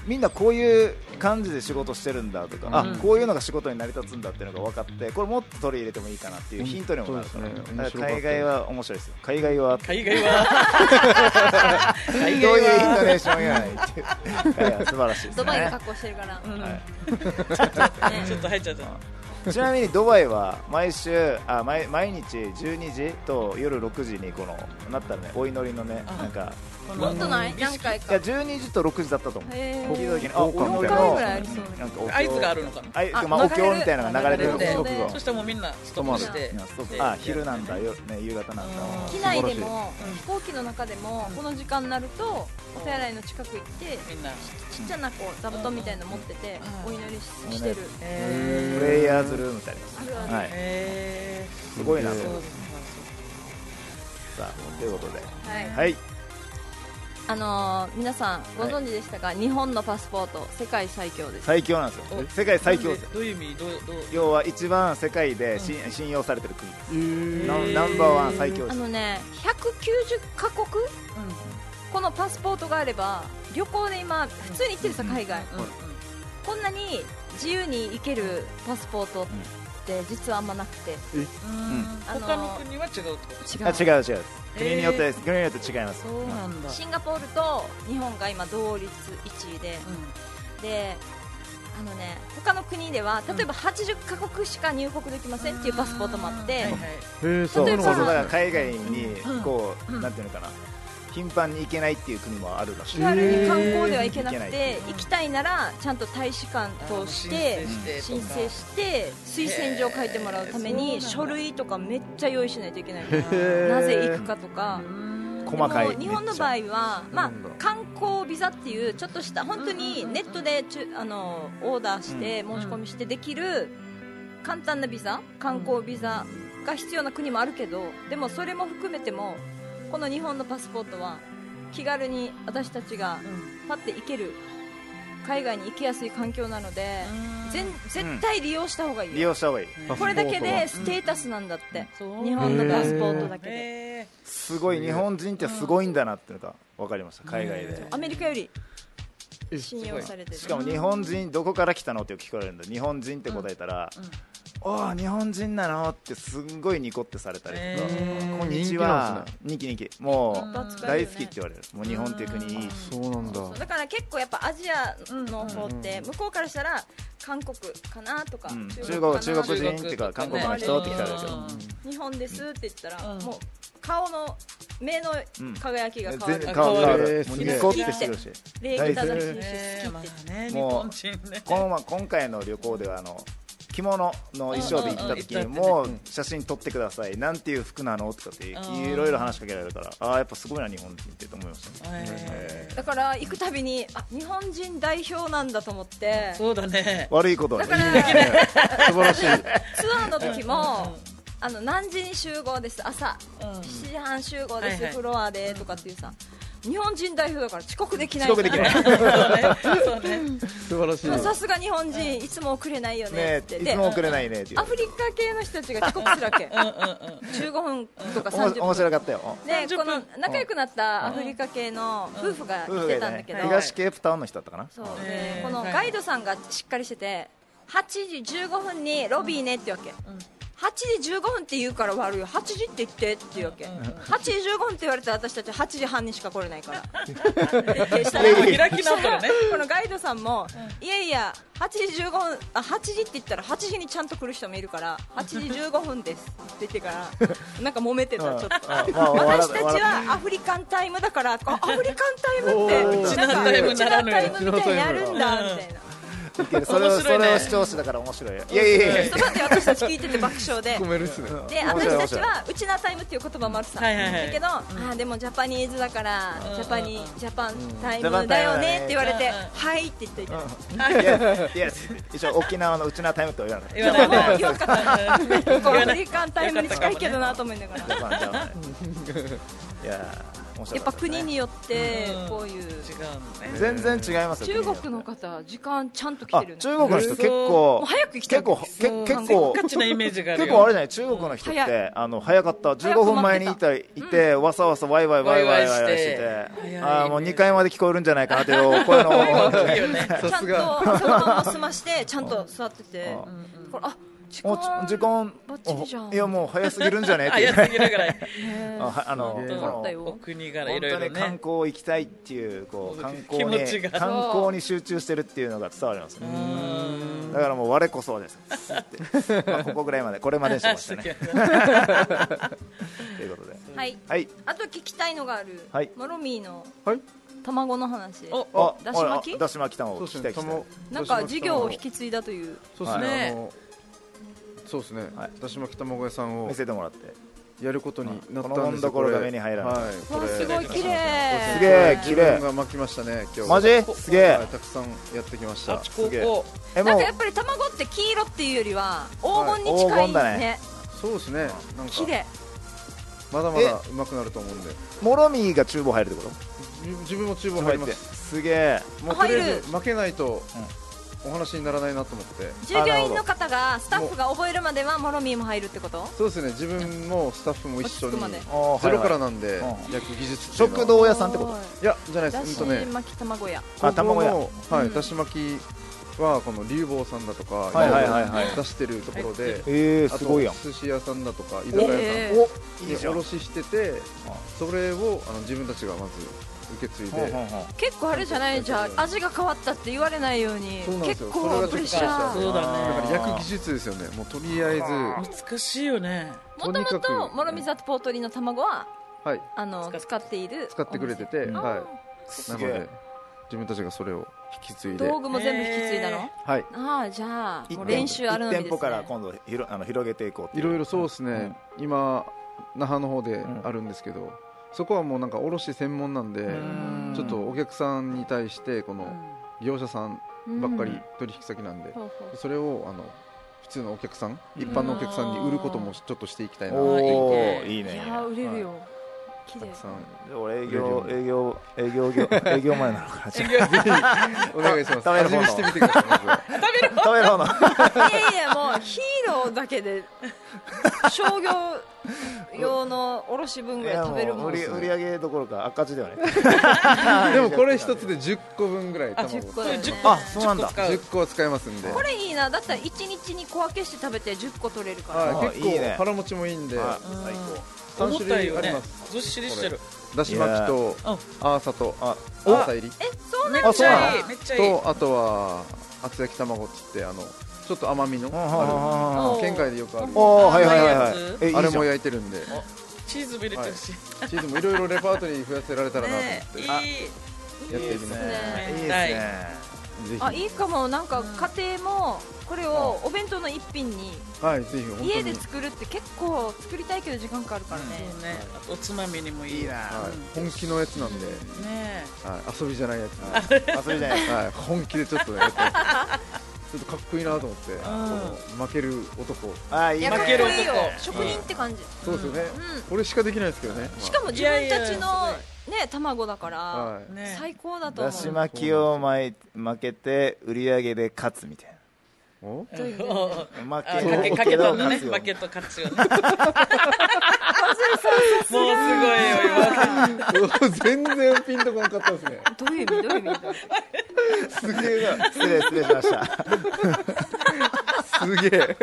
[SPEAKER 2] みんなこういう感じで仕事してるんだとか、
[SPEAKER 5] うん
[SPEAKER 2] あこういうのが仕事に成り立つんだっていうのが分かってこれもっと取り入れてもいいかなっていうヒントにもなるから,、
[SPEAKER 5] うんそうですね面白かった
[SPEAKER 2] 海外は面白いですよ海外は
[SPEAKER 4] 海外は、
[SPEAKER 2] 海外はイントネーションやないっていう海外は素晴らしいですね
[SPEAKER 7] ドバイが格好してるから、
[SPEAKER 4] うん
[SPEAKER 2] はい
[SPEAKER 4] ちょっと入っちゃった。
[SPEAKER 2] ちなみにドバイは毎週あ毎毎日12時と夜6時にこのなったらねお祈りのね
[SPEAKER 4] あ
[SPEAKER 2] なんか
[SPEAKER 7] もっとない何回
[SPEAKER 2] い
[SPEAKER 7] か
[SPEAKER 2] や12時と6時だったと思う
[SPEAKER 7] へ
[SPEAKER 2] 聞いた時
[SPEAKER 7] ー
[SPEAKER 2] にあお
[SPEAKER 5] 交
[SPEAKER 2] 祈
[SPEAKER 5] 換み
[SPEAKER 2] り
[SPEAKER 5] たいな
[SPEAKER 2] の
[SPEAKER 7] ぐらいありそう
[SPEAKER 2] なんかお経
[SPEAKER 4] 合図があるのかな。
[SPEAKER 2] あい
[SPEAKER 7] あ
[SPEAKER 2] まあ、
[SPEAKER 7] 流
[SPEAKER 2] お
[SPEAKER 7] れる
[SPEAKER 2] 経みたいなのが流れてる
[SPEAKER 4] 流れてる
[SPEAKER 2] 音楽
[SPEAKER 4] そしたらもうみんなストップして
[SPEAKER 2] がいやそうかあ昼なんだよ、ね、夕方なんだ
[SPEAKER 4] うん
[SPEAKER 7] 機内でも
[SPEAKER 4] うん
[SPEAKER 7] 飛行機の中でもこの時間になるとお手洗いの近く行って
[SPEAKER 4] みんな
[SPEAKER 7] ちっちゃなこう座布団みたいなの持ってて
[SPEAKER 4] う
[SPEAKER 7] お
[SPEAKER 4] ん
[SPEAKER 7] 祈りししてる
[SPEAKER 2] プ
[SPEAKER 4] え
[SPEAKER 2] レイヤーズルームみたい
[SPEAKER 7] あるある
[SPEAKER 2] な、はい、
[SPEAKER 4] え
[SPEAKER 2] すごいな
[SPEAKER 5] う
[SPEAKER 2] と
[SPEAKER 5] ん
[SPEAKER 4] ーそ
[SPEAKER 2] さ
[SPEAKER 4] うです
[SPEAKER 2] あということで
[SPEAKER 7] はい
[SPEAKER 2] はい
[SPEAKER 7] あのー皆さんご存知でしたか、日本のパスポート世界最強です
[SPEAKER 2] 最強なんですよ
[SPEAKER 4] お
[SPEAKER 2] 世界最強
[SPEAKER 4] な
[SPEAKER 2] で
[SPEAKER 4] ん
[SPEAKER 2] す
[SPEAKER 4] で
[SPEAKER 2] よ
[SPEAKER 4] どういう意味どうどう
[SPEAKER 2] 要は一番世界で信信用されてる国です、ナ
[SPEAKER 4] へー
[SPEAKER 2] ンナンバーワン最強で
[SPEAKER 7] あ
[SPEAKER 2] す
[SPEAKER 7] のね190カ国このパスポートがあれば旅行で今普通に行ってるさ海外、
[SPEAKER 4] うんうん
[SPEAKER 7] こんなに自由に行けるパスポートって実はあんまなくて違
[SPEAKER 4] うん
[SPEAKER 7] あのー
[SPEAKER 4] 他の国は違うってこと
[SPEAKER 2] あ違
[SPEAKER 7] う
[SPEAKER 2] う違うです国によってです国によって違います
[SPEAKER 4] そうなんだ
[SPEAKER 7] シンガポールと日本が今同率1位で、であのね他の国では例えば80カ国しか入国できませんっていうパスポートもあって、
[SPEAKER 4] はいはい
[SPEAKER 5] へえ
[SPEAKER 2] そ
[SPEAKER 5] そうう
[SPEAKER 2] そ
[SPEAKER 5] いううの
[SPEAKER 2] だ
[SPEAKER 5] が
[SPEAKER 2] か
[SPEAKER 5] あるん
[SPEAKER 2] ら
[SPEAKER 5] ですね
[SPEAKER 2] 海外にこう、なんていうのかな頻繁に行けないっていう国もあるらしい
[SPEAKER 7] 気軽に観光では行けなく
[SPEAKER 2] へ
[SPEAKER 7] て
[SPEAKER 2] ー
[SPEAKER 7] 行きたいならちゃんと大使館通して申
[SPEAKER 4] 申請してとか
[SPEAKER 7] 請して推薦状を書いてもらうため
[SPEAKER 4] へー
[SPEAKER 7] に
[SPEAKER 4] そう
[SPEAKER 7] 書
[SPEAKER 4] なんだ
[SPEAKER 7] 類とかめっちゃ用意しないといけないから
[SPEAKER 5] へー
[SPEAKER 7] なぜ行くかとか
[SPEAKER 2] 細かい
[SPEAKER 7] でも日本の場合は、ま
[SPEAKER 5] な
[SPEAKER 7] あ
[SPEAKER 5] んだ、
[SPEAKER 7] 観光ビザっていうちょっとした本当にネットでちゅあのオーダーして申し込みしてできる簡単なビザ観光ビザが必要な国もあるけどでもそれも含めてもこの日本のパスポートは気軽に私たちがパッて行ける海外に行きやすい環境なので全絶対利用した方がいい
[SPEAKER 2] 利
[SPEAKER 7] よ
[SPEAKER 2] 用した方がいい
[SPEAKER 7] これだけで
[SPEAKER 5] パス
[SPEAKER 7] ステータスなんだって
[SPEAKER 4] そう
[SPEAKER 7] 日本のパスポートだけで
[SPEAKER 4] へ
[SPEAKER 2] すごい日本人ってすごいんだなっていうのが分かりました海外で
[SPEAKER 7] アメリカより
[SPEAKER 5] え
[SPEAKER 7] 信用されてる
[SPEAKER 2] しかも日本人どこから来たのってよく聞かれるんだ日本人って答えたら、おー日本人なのってすんごいニコってされたりとか、
[SPEAKER 4] へー
[SPEAKER 2] こんにちは人
[SPEAKER 5] 人
[SPEAKER 2] 気人気も
[SPEAKER 7] 一発
[SPEAKER 2] う
[SPEAKER 7] 買えるよね
[SPEAKER 2] 大好きって言われるもう日本っていう国いいし
[SPEAKER 5] そうなんだ
[SPEAKER 7] そうだから結構やっぱアジアの方って向こうからしたら韓国かなとか、
[SPEAKER 2] うん
[SPEAKER 7] 中
[SPEAKER 2] 中
[SPEAKER 7] 国
[SPEAKER 2] 国
[SPEAKER 7] か
[SPEAKER 2] 中
[SPEAKER 7] な
[SPEAKER 2] 国人っていうか韓国の人って来たらですよ
[SPEAKER 7] 日本ですって言ったら、
[SPEAKER 4] うん
[SPEAKER 7] もう顔の目の輝きが変わ
[SPEAKER 2] 全
[SPEAKER 7] る、
[SPEAKER 2] 然
[SPEAKER 4] か
[SPEAKER 2] 顔
[SPEAKER 4] わいい
[SPEAKER 2] 変わる
[SPEAKER 5] えー
[SPEAKER 2] もう
[SPEAKER 5] すげえ
[SPEAKER 2] ニコってしてるし
[SPEAKER 7] 礼儀正しいし好きって、
[SPEAKER 4] えまあね日
[SPEAKER 2] もう
[SPEAKER 4] 本人ね
[SPEAKER 2] このま今回の旅行ではあの着物の衣装で行った時に
[SPEAKER 4] うんうんうん
[SPEAKER 2] もう写真撮ってくださいなんていう服なのとかってい
[SPEAKER 4] うん
[SPEAKER 2] ろいろ話しかけられるからああやっぱすごいな日本人ってと思いましたね
[SPEAKER 4] え
[SPEAKER 7] だから行くたびにあ日本人代表なんだと思って
[SPEAKER 4] ーそうだね。
[SPEAKER 2] 悪いことは
[SPEAKER 7] だ
[SPEAKER 2] ね
[SPEAKER 7] から
[SPEAKER 5] 素晴らしい
[SPEAKER 7] ツアーの時もあの何時に集合です朝
[SPEAKER 4] うん
[SPEAKER 7] 7時半集合です、
[SPEAKER 4] はいはい
[SPEAKER 7] フロアでとかっていうさ日本人代表だから遅刻できない
[SPEAKER 2] 遅刻できないね
[SPEAKER 4] そうね。
[SPEAKER 5] 素晴らしい
[SPEAKER 7] でもさすが日本人いつも遅れないよねって
[SPEAKER 2] えい
[SPEAKER 7] で
[SPEAKER 2] つも遅れないねっていう
[SPEAKER 7] アフリカ系の人たちが遅刻するわ け
[SPEAKER 4] うんうんうん。
[SPEAKER 7] 15分とか
[SPEAKER 2] おも
[SPEAKER 7] 30
[SPEAKER 2] 面
[SPEAKER 7] 分
[SPEAKER 2] 白かったよ
[SPEAKER 7] で
[SPEAKER 4] 30
[SPEAKER 7] こ
[SPEAKER 4] 分
[SPEAKER 7] の仲良くなったアフリカ系の夫婦が来
[SPEAKER 2] 夫婦が
[SPEAKER 7] て
[SPEAKER 2] い
[SPEAKER 7] た
[SPEAKER 2] た
[SPEAKER 7] んだ
[SPEAKER 2] ね
[SPEAKER 7] け
[SPEAKER 4] 夫婦がいた
[SPEAKER 7] ど
[SPEAKER 2] 東系プタウンの人だったかな
[SPEAKER 7] そう
[SPEAKER 4] へ
[SPEAKER 7] で
[SPEAKER 4] ー
[SPEAKER 7] このガイドさんがしっかりしてて8時15分にロビーねってわけ8時15分って言うから悪いよ8時って言ってって言うわけ8時15分って言われたら私たち8時半にしか来れないからでしたら
[SPEAKER 4] 開き直ったらね。
[SPEAKER 7] このガイドさんも、いやいや8時15分あ8時って言ったら8時にちゃんと来る人もいるから8時15分ですって言ってからなんか揉めてたちょっと
[SPEAKER 2] ああまあ笑っ
[SPEAKER 7] 私たちはアフリカンタイムだからあアフリカンタイムっ
[SPEAKER 5] おー
[SPEAKER 7] てなんか
[SPEAKER 4] うちのタイム
[SPEAKER 7] うちの
[SPEAKER 4] ならぬ
[SPEAKER 7] タイムみたいになるんだ
[SPEAKER 4] うちのタイム
[SPEAKER 7] みたいな。
[SPEAKER 2] 笑ってそれを
[SPEAKER 4] 面
[SPEAKER 2] そ
[SPEAKER 4] 白いね
[SPEAKER 2] れを視聴者だから面白いよいやいやいやい
[SPEAKER 7] そ
[SPEAKER 2] や
[SPEAKER 7] こで私たち聞いてて爆笑で
[SPEAKER 5] 込めるっすね
[SPEAKER 7] で私たちはうちなタイムっていう言葉もあるさ、
[SPEAKER 4] はいはいはい
[SPEAKER 7] だけど、あーでもジャパニーズだから、ジャパニジャパンタイ
[SPEAKER 2] ジャパ
[SPEAKER 7] ム
[SPEAKER 2] ン
[SPEAKER 7] だ
[SPEAKER 2] タイム
[SPEAKER 7] よ
[SPEAKER 2] だね
[SPEAKER 7] ねって言われて、
[SPEAKER 4] うんうん
[SPEAKER 7] はいって言っていた、
[SPEAKER 2] いやいや一応沖縄のうちなタイムとは言わない
[SPEAKER 4] 言わないね。
[SPEAKER 7] 言わなかった
[SPEAKER 4] うん
[SPEAKER 7] こうアフリカンタイムに近いけどなと思いながら、
[SPEAKER 2] ジャパンジャパンいや面白
[SPEAKER 7] やっ
[SPEAKER 2] か
[SPEAKER 7] ぱ
[SPEAKER 2] ったね
[SPEAKER 7] 国によって
[SPEAKER 4] うん
[SPEAKER 7] こういう
[SPEAKER 4] 違うのね。
[SPEAKER 2] 全然違いますよ
[SPEAKER 7] 中国の方時間ちゃんと来
[SPEAKER 2] あ
[SPEAKER 7] てるね
[SPEAKER 2] 中国の人結
[SPEAKER 7] も
[SPEAKER 2] 構
[SPEAKER 7] う早く来て
[SPEAKER 2] 結
[SPEAKER 7] る
[SPEAKER 2] 構け結構
[SPEAKER 4] ガチなイメージがあるよ。
[SPEAKER 2] 結構あれじゃない中国の人っ
[SPEAKER 7] 早
[SPEAKER 2] てあの早かった15分前にいたいてわさわさワイワイワイワイワイワイしてて
[SPEAKER 4] 早い
[SPEAKER 2] あーもう2階まで聞こえるんじゃないかなっていう 声の
[SPEAKER 4] いいよね。
[SPEAKER 7] ちゃんとそのまま済ましてちゃんと座っててこれあ時
[SPEAKER 2] お
[SPEAKER 7] 間
[SPEAKER 2] 時間
[SPEAKER 7] バッチリじゃん
[SPEAKER 2] いやもう早すぎるんじゃねっていう
[SPEAKER 4] 早すぎるぐらい。
[SPEAKER 2] あはあのこ
[SPEAKER 4] うん
[SPEAKER 7] 思った
[SPEAKER 2] の
[SPEAKER 7] よ
[SPEAKER 4] お国柄
[SPEAKER 2] 本
[SPEAKER 4] いろい
[SPEAKER 2] 当
[SPEAKER 4] ろ
[SPEAKER 2] に観
[SPEAKER 4] ね。
[SPEAKER 2] 光行きたいっていうこう観光
[SPEAKER 4] 気持ち
[SPEAKER 2] に
[SPEAKER 4] が
[SPEAKER 2] 観光に集中してるっていうのが伝わりますねだからもう我こそは ですスッてまあここぐらいまでこれまでにしましたね ということで
[SPEAKER 7] はい
[SPEAKER 2] はい
[SPEAKER 7] あと聞きたいのがある、
[SPEAKER 2] はい
[SPEAKER 7] マロミーの
[SPEAKER 5] はい
[SPEAKER 7] 卵の話
[SPEAKER 4] お
[SPEAKER 2] あ
[SPEAKER 7] だし巻き
[SPEAKER 2] あだし巻き
[SPEAKER 5] そ
[SPEAKER 2] 卵
[SPEAKER 5] うです
[SPEAKER 2] 来た
[SPEAKER 5] ね
[SPEAKER 2] 来た
[SPEAKER 5] 卵
[SPEAKER 7] なんか事業を引き
[SPEAKER 5] き
[SPEAKER 7] 継いだという
[SPEAKER 5] そうです
[SPEAKER 4] はい
[SPEAKER 5] ねあのそうですね
[SPEAKER 2] はい
[SPEAKER 5] だし巻き卵屋さんを
[SPEAKER 2] 見せてもらって
[SPEAKER 5] やることになったんですよ
[SPEAKER 2] このもんだころが
[SPEAKER 5] れ
[SPEAKER 2] 目に入らない
[SPEAKER 5] はいこ
[SPEAKER 7] わあ
[SPEAKER 5] れ
[SPEAKER 7] すごい綺麗
[SPEAKER 2] すげえ綺
[SPEAKER 5] 自分
[SPEAKER 2] 麗
[SPEAKER 5] が巻きましたね今日
[SPEAKER 2] マジすげえ
[SPEAKER 5] はいたくさんやってきまし
[SPEAKER 4] あ
[SPEAKER 5] た
[SPEAKER 4] っち高
[SPEAKER 2] すげえ
[SPEAKER 4] 校。
[SPEAKER 2] え
[SPEAKER 7] な
[SPEAKER 2] も
[SPEAKER 7] ん
[SPEAKER 2] う
[SPEAKER 7] かやっぱり卵って黄色っていうよりは黄金に近いね,、
[SPEAKER 2] はい黄金だね
[SPEAKER 5] そうですねなん
[SPEAKER 7] 綺
[SPEAKER 5] か
[SPEAKER 7] 麗
[SPEAKER 5] まだまだうまくなると思うんで
[SPEAKER 2] もろみが厨房入るってこと
[SPEAKER 5] じ自分も厨房入ります
[SPEAKER 2] すげえ
[SPEAKER 5] もうと
[SPEAKER 7] 入
[SPEAKER 5] り
[SPEAKER 7] る
[SPEAKER 5] あえず負けないとお話にならないなと思って
[SPEAKER 7] 従業員の方がスタッフが覚えるまではモロミーも入るってこと
[SPEAKER 5] そうですね自分もスタッフも一緒に
[SPEAKER 7] 落ち着くまで
[SPEAKER 5] ゼ
[SPEAKER 2] あーはい
[SPEAKER 5] ロ
[SPEAKER 2] はい
[SPEAKER 5] からなんで
[SPEAKER 2] うん
[SPEAKER 5] 焼く技術っていうのは
[SPEAKER 2] 食堂屋さんってこと
[SPEAKER 5] いやじゃない
[SPEAKER 7] だ
[SPEAKER 5] です
[SPEAKER 7] し
[SPEAKER 5] うんとね
[SPEAKER 7] 巻き卵屋
[SPEAKER 2] あ卵屋
[SPEAKER 5] 高校のはいだし巻きはこの龍坊さんだとか
[SPEAKER 2] はいはいはいはい
[SPEAKER 5] 出してるところで
[SPEAKER 2] ええ
[SPEAKER 5] あ
[SPEAKER 2] す
[SPEAKER 5] と
[SPEAKER 2] ごいやん
[SPEAKER 5] 寿司屋さんだとか居酒屋さん
[SPEAKER 7] えー
[SPEAKER 2] おいいじ
[SPEAKER 5] で
[SPEAKER 2] ゃ
[SPEAKER 5] お
[SPEAKER 2] ん
[SPEAKER 5] ろししててそれをあの自分たちがまず受け継いで
[SPEAKER 7] 結構あれじゃないじゃあ味が変わったって言われないように
[SPEAKER 5] そうなんで
[SPEAKER 7] 結
[SPEAKER 5] すよ
[SPEAKER 7] 構プレッシャ
[SPEAKER 5] そ
[SPEAKER 7] ー
[SPEAKER 5] れ
[SPEAKER 4] そう
[SPEAKER 5] だ
[SPEAKER 4] だ
[SPEAKER 5] か
[SPEAKER 4] ね。
[SPEAKER 5] ら焼く技術ですよねもうとりあえず
[SPEAKER 4] 難しいよね。
[SPEAKER 7] もとも
[SPEAKER 5] とにか
[SPEAKER 7] と
[SPEAKER 5] く
[SPEAKER 7] モロミザポートリの卵は
[SPEAKER 5] はい
[SPEAKER 7] あの使っている
[SPEAKER 5] 使ってくれてて、はい、なの
[SPEAKER 2] げえ
[SPEAKER 5] で自分たちがそれを引き継いで、
[SPEAKER 7] 道具も全部引き継いだの、
[SPEAKER 4] へ
[SPEAKER 5] はい、
[SPEAKER 7] ああじゃあ
[SPEAKER 2] 一
[SPEAKER 7] も
[SPEAKER 2] 店
[SPEAKER 7] う練習あるのみです、ね、
[SPEAKER 2] 一店舗から今度広あの広げていこうって
[SPEAKER 5] いろいろそうですね、今那覇の方で
[SPEAKER 2] ん
[SPEAKER 5] あるんですけど、そこはもうなんか卸専門なんで、
[SPEAKER 2] ん
[SPEAKER 5] ちょっとお客さんに対してこの業者さんばっかり取引先なんで、
[SPEAKER 7] ほうほう
[SPEAKER 5] それをあの普通のお客さん、一般のお客さんに売ることもちょっとしていきたいなっていう
[SPEAKER 2] お
[SPEAKER 4] ー
[SPEAKER 2] おいいね
[SPEAKER 7] いやー売れるよ、綺
[SPEAKER 5] た
[SPEAKER 7] 麗
[SPEAKER 5] くさん
[SPEAKER 2] で俺営業営業営業業営業前なのかなじゃ食べる方の
[SPEAKER 5] お願いします味見してみてくださいまずは
[SPEAKER 2] あ食べる方の
[SPEAKER 7] いやいやもうヒーローだけ で商業用の卸分
[SPEAKER 2] い
[SPEAKER 7] ぐらい
[SPEAKER 2] や
[SPEAKER 7] 食べる
[SPEAKER 2] も
[SPEAKER 7] も
[SPEAKER 2] うん売り売り上げどころか赤字ではない
[SPEAKER 5] でもこれ 一つで10個分ぐらい卵
[SPEAKER 7] 10個だよね
[SPEAKER 4] 10
[SPEAKER 2] あそうなんだ
[SPEAKER 4] 使
[SPEAKER 5] 10
[SPEAKER 4] う。
[SPEAKER 5] 個は使えますんで
[SPEAKER 7] これいいなだったら1日に小分けして食べて10個取れるから
[SPEAKER 5] はい
[SPEAKER 2] あ
[SPEAKER 5] 結
[SPEAKER 2] いいね
[SPEAKER 5] 構腹持ちもいいんで
[SPEAKER 2] あ
[SPEAKER 4] 最高。
[SPEAKER 5] 三
[SPEAKER 4] 思っ
[SPEAKER 5] 種
[SPEAKER 4] た
[SPEAKER 5] 類
[SPEAKER 4] よ
[SPEAKER 5] あり
[SPEAKER 4] ね
[SPEAKER 5] ま。す
[SPEAKER 4] ずっしりしてる。
[SPEAKER 5] だし巻きと
[SPEAKER 4] うん
[SPEAKER 5] アーサと
[SPEAKER 2] あ
[SPEAKER 5] アーサ入り
[SPEAKER 7] えそう
[SPEAKER 4] め
[SPEAKER 7] な
[SPEAKER 4] っ
[SPEAKER 7] ん
[SPEAKER 4] ち
[SPEAKER 2] そうな
[SPEAKER 4] ゃ
[SPEAKER 2] の
[SPEAKER 4] いい。めっちゃいい。
[SPEAKER 5] とあとは厚焼き卵っつってあのちょっと甘みのあ
[SPEAKER 2] あ
[SPEAKER 5] る県外でよくある
[SPEAKER 2] おおはいはいはいはい
[SPEAKER 4] 甘いやつ
[SPEAKER 2] えいいじゃ
[SPEAKER 5] あ
[SPEAKER 2] ん
[SPEAKER 5] れも焼いてるんで
[SPEAKER 4] チーズも入れてるし。
[SPEAKER 5] チーズもいろいろレパートリー増やせられたらなと思
[SPEAKER 4] ね
[SPEAKER 5] って
[SPEAKER 4] いい。
[SPEAKER 5] やっていきます
[SPEAKER 2] いいですね
[SPEAKER 4] はい
[SPEAKER 2] ね
[SPEAKER 5] ぜ
[SPEAKER 7] あ
[SPEAKER 5] ひ
[SPEAKER 7] いいかもなんか家庭もこれをお弁当の一品に
[SPEAKER 5] はいぜひ本当に
[SPEAKER 7] 家で作るって結構作りたいけど時間かかるからね、
[SPEAKER 4] そうねあとおつまみにもいい
[SPEAKER 2] いいな
[SPEAKER 5] はい、本気のやつなんで、
[SPEAKER 4] ね
[SPEAKER 5] はい、遊びじゃないやつなんで
[SPEAKER 2] あそれじゃない
[SPEAKER 5] はい、本気でちょっとね、やってますちょっとかっこいいなと思って、この負ける男、
[SPEAKER 2] ああ
[SPEAKER 7] い
[SPEAKER 2] いい
[SPEAKER 7] や
[SPEAKER 2] ね
[SPEAKER 7] かっこ
[SPEAKER 4] ける
[SPEAKER 7] いいよ
[SPEAKER 4] 男
[SPEAKER 7] 職人って感じ、
[SPEAKER 5] そうですよね、
[SPEAKER 7] うん
[SPEAKER 5] これしかできないですけどね、
[SPEAKER 7] しかも自分たちのね卵だから、
[SPEAKER 5] は
[SPEAKER 4] えね
[SPEAKER 7] 最高だと
[SPEAKER 2] だ
[SPEAKER 7] 思
[SPEAKER 2] し
[SPEAKER 7] う
[SPEAKER 2] 巻きをまい負けて売り上げで勝つみたい
[SPEAKER 5] い、お
[SPEAKER 4] えお
[SPEAKER 2] な
[SPEAKER 4] あ
[SPEAKER 2] 負
[SPEAKER 4] か
[SPEAKER 2] け
[SPEAKER 4] け
[SPEAKER 2] るけ
[SPEAKER 4] かけた
[SPEAKER 2] ど
[SPEAKER 4] の
[SPEAKER 2] 勝
[SPEAKER 4] ね
[SPEAKER 2] つよ
[SPEAKER 4] 負けと勝ちをねもうすごいよ今
[SPEAKER 5] お全然ピンとこなかったですね、
[SPEAKER 7] どういう意味どういう意味
[SPEAKER 5] すげえな、
[SPEAKER 2] 失礼失礼しました
[SPEAKER 5] す げえ、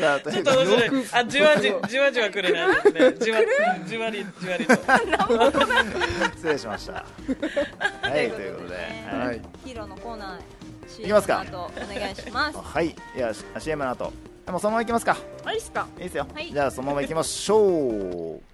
[SPEAKER 2] さあと
[SPEAKER 4] ち
[SPEAKER 2] いう
[SPEAKER 4] ょっ
[SPEAKER 2] こととで
[SPEAKER 4] 面白いあじわじじわじわくるなですねじわじわりじわりと
[SPEAKER 2] 失礼しましたはいということでは
[SPEAKER 5] はいい、
[SPEAKER 7] ヒーローのコーナー
[SPEAKER 2] いきます
[SPEAKER 7] CM
[SPEAKER 2] か
[SPEAKER 7] の後お願いします
[SPEAKER 2] はいいや CM の後でもそのままいきますか
[SPEAKER 7] あいいっすか
[SPEAKER 2] いいですよ、
[SPEAKER 7] はい
[SPEAKER 2] じゃあそのままいきましょう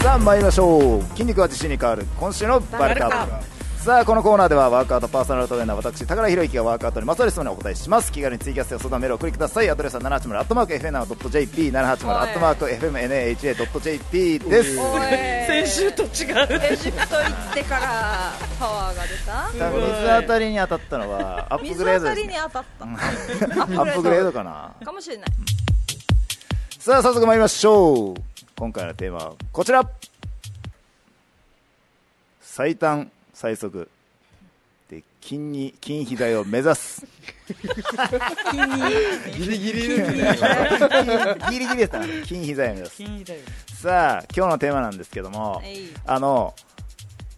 [SPEAKER 2] さあ参りましょう筋肉は自信に変わる今週のバルカ
[SPEAKER 4] バ
[SPEAKER 2] ー
[SPEAKER 4] ルカ
[SPEAKER 2] さあこのコーナーではワークアウトパーソナルトレーナー私高田博之がワークアウトにまつわる質問にお答えします気軽にツイキャスや相談メールをお送りくださいアドレスは 780-fna.jp 780-fmnaha.jp です
[SPEAKER 7] おい
[SPEAKER 4] 先週と違う
[SPEAKER 7] エジプト行ってからパワーが出た
[SPEAKER 2] 多分水当たりに当たったのはアップ
[SPEAKER 7] 水
[SPEAKER 2] グレ
[SPEAKER 7] 当
[SPEAKER 2] ード
[SPEAKER 7] た
[SPEAKER 2] です、
[SPEAKER 7] り
[SPEAKER 2] ね
[SPEAKER 7] に、当たった
[SPEAKER 2] アップグレードかな
[SPEAKER 7] かもしれない
[SPEAKER 2] さあ早速参りましょう今回のテーマはこちら最短最速で筋に筋肥大を目 指す
[SPEAKER 5] ギリギリですね、
[SPEAKER 2] ギリギリですな筋肥大を目指す
[SPEAKER 4] 金だよ
[SPEAKER 2] さあ今日のテーマなんですけども、
[SPEAKER 7] はい
[SPEAKER 2] あの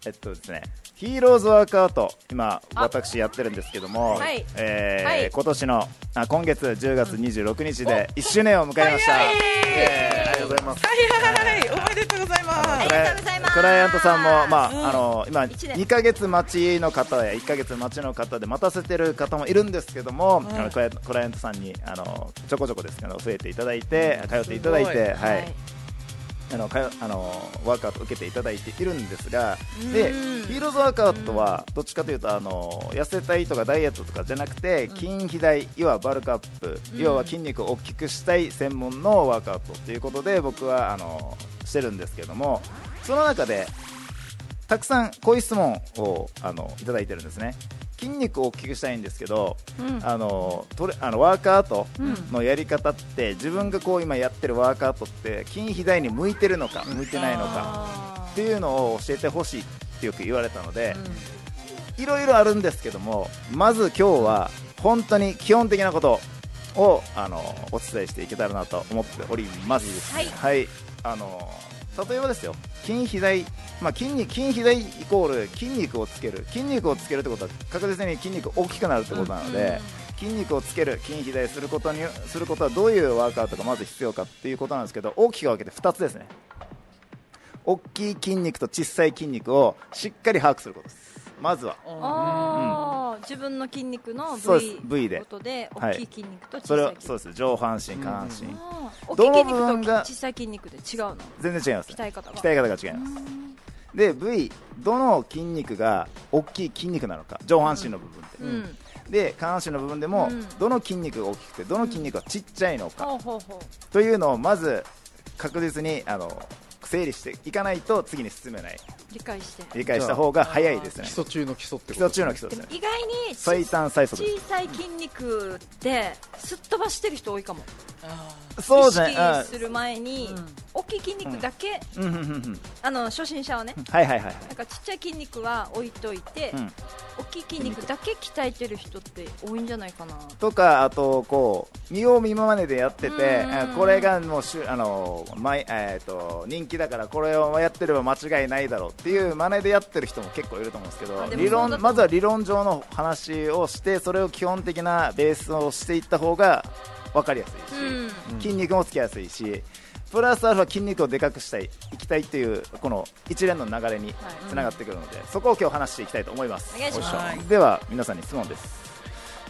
[SPEAKER 2] えっとですねヒーローズワークアウト今私やってるんですけども、
[SPEAKER 7] はい
[SPEAKER 2] えー
[SPEAKER 7] はい
[SPEAKER 2] 今年のあ今月10月26日で1周年を迎えました、えーありがとうございます
[SPEAKER 4] はいはいおめでとうございま
[SPEAKER 2] ク
[SPEAKER 4] す
[SPEAKER 2] ラ
[SPEAKER 7] ありが
[SPEAKER 2] イ
[SPEAKER 7] とうございます
[SPEAKER 2] クライアントさんも、まあ
[SPEAKER 4] うん
[SPEAKER 2] あの今
[SPEAKER 7] 一年
[SPEAKER 2] 2ヶ月待ちの方や1ヶ月待ちの方で待たせてる方もいるんですけども、あのクライアントクライアントさんにあのちょこちょこですけど増えていただいて通っていただい
[SPEAKER 4] すごい
[SPEAKER 2] てはい、あのかあのワークアウト受けていただいているんですがでヒーローズワークアウトはどっちかというとあの痩せたいとかダイエットとかじゃなくて筋肥大要はバルクアップ要は筋肉を大きくしたい専門のワークアウトということで僕はあのしてるんですけどもその中でたくさんこういう質問をあのいただいてるんですね筋肉を大きくしたいんですけど、あのトレあのワークアウトのやり方って、自分がこう今やってるワークアウトって筋肥大に向いてるのか向いてないのかっていうのを教えてほしいってよく言われたので、いろいろあるんですけどもまず今日は本当に基本的なことをあのお伝えしていけたらなと思っております。
[SPEAKER 7] はい
[SPEAKER 2] あの例えばですよ筋肥大、まあ、筋肉筋肥大イコール筋肉をつける筋肉をつけるってことは確実に筋肉大きくなるってことなので、筋肉をつける筋肥大することにすることはどういうワークアウトがまず必要かっていうことなんですけど大きく分けて2つですね大きい筋肉と小さい筋肉をしっかり把握することですまずは
[SPEAKER 7] ああ、自分の筋肉の
[SPEAKER 2] そ
[SPEAKER 7] 部
[SPEAKER 2] うです
[SPEAKER 7] 位
[SPEAKER 2] 部位で
[SPEAKER 7] ことで
[SPEAKER 2] はい
[SPEAKER 7] 大きい筋肉と小
[SPEAKER 2] それ
[SPEAKER 7] さ
[SPEAKER 2] を
[SPEAKER 7] い筋
[SPEAKER 2] そう
[SPEAKER 7] 肉、
[SPEAKER 2] です上半身下半身、
[SPEAKER 7] あー大きい
[SPEAKER 2] どの
[SPEAKER 7] 筋
[SPEAKER 2] 部分
[SPEAKER 7] 肉と
[SPEAKER 2] が
[SPEAKER 7] 小さい筋肉で違うの
[SPEAKER 2] 全然違いますね
[SPEAKER 7] 鍛え方が
[SPEAKER 2] 鍛え方が違いますで部位どの筋肉が大きい筋肉なのか上半身の部分で、
[SPEAKER 7] うん
[SPEAKER 2] で下半身の部分でも、
[SPEAKER 7] うん
[SPEAKER 2] どの筋肉が大きくてどの筋肉がちっちゃいのか、
[SPEAKER 7] ほうほうほ
[SPEAKER 2] というのをまず確実にあの整理していかないと次に進めないう
[SPEAKER 7] 理解して
[SPEAKER 2] 理解した方が早いです
[SPEAKER 5] 基
[SPEAKER 2] ね
[SPEAKER 5] 礎中の基礎って
[SPEAKER 2] 基
[SPEAKER 5] こと
[SPEAKER 2] 礎中の基礎で
[SPEAKER 7] ですも
[SPEAKER 2] ね
[SPEAKER 7] 意外に
[SPEAKER 2] 最
[SPEAKER 7] 小
[SPEAKER 2] 短最速です
[SPEAKER 7] さい筋肉ってすっ飛ばしてる人多いかも
[SPEAKER 2] そうじゃ
[SPEAKER 7] 意
[SPEAKER 2] ない
[SPEAKER 7] 識する前に、大きい筋肉だけ、
[SPEAKER 2] うんうんうんうんうん
[SPEAKER 7] あの初心者はね
[SPEAKER 2] はいはいはい
[SPEAKER 7] なんかちっちゃい筋肉は置いといて、
[SPEAKER 2] うん
[SPEAKER 7] 大きい筋肉だけ鍛えてる人って多いんじゃないかな
[SPEAKER 2] とかあとこう見よう見まねでやってて
[SPEAKER 7] うん
[SPEAKER 2] えこれがもうしゅあの前えーと人気だからこれをやってれば間違いないだろうっていう真似でやってる人も結構いると思うんですけ
[SPEAKER 7] あ
[SPEAKER 2] ど
[SPEAKER 7] でも
[SPEAKER 2] 理
[SPEAKER 7] そうだ
[SPEAKER 2] 論
[SPEAKER 7] と
[SPEAKER 2] まずは理論上の話をしてそれを基本的なベースをしていった方が分かりやすいし、
[SPEAKER 7] う
[SPEAKER 2] 筋肉もつきやすいしプラスアルファ筋肉をでかくしたいいきたいっていうこの一連の流れにつながってくるので、そこを今日話していきたいと思います
[SPEAKER 7] お願いします
[SPEAKER 2] おっゃでは皆さんに質問です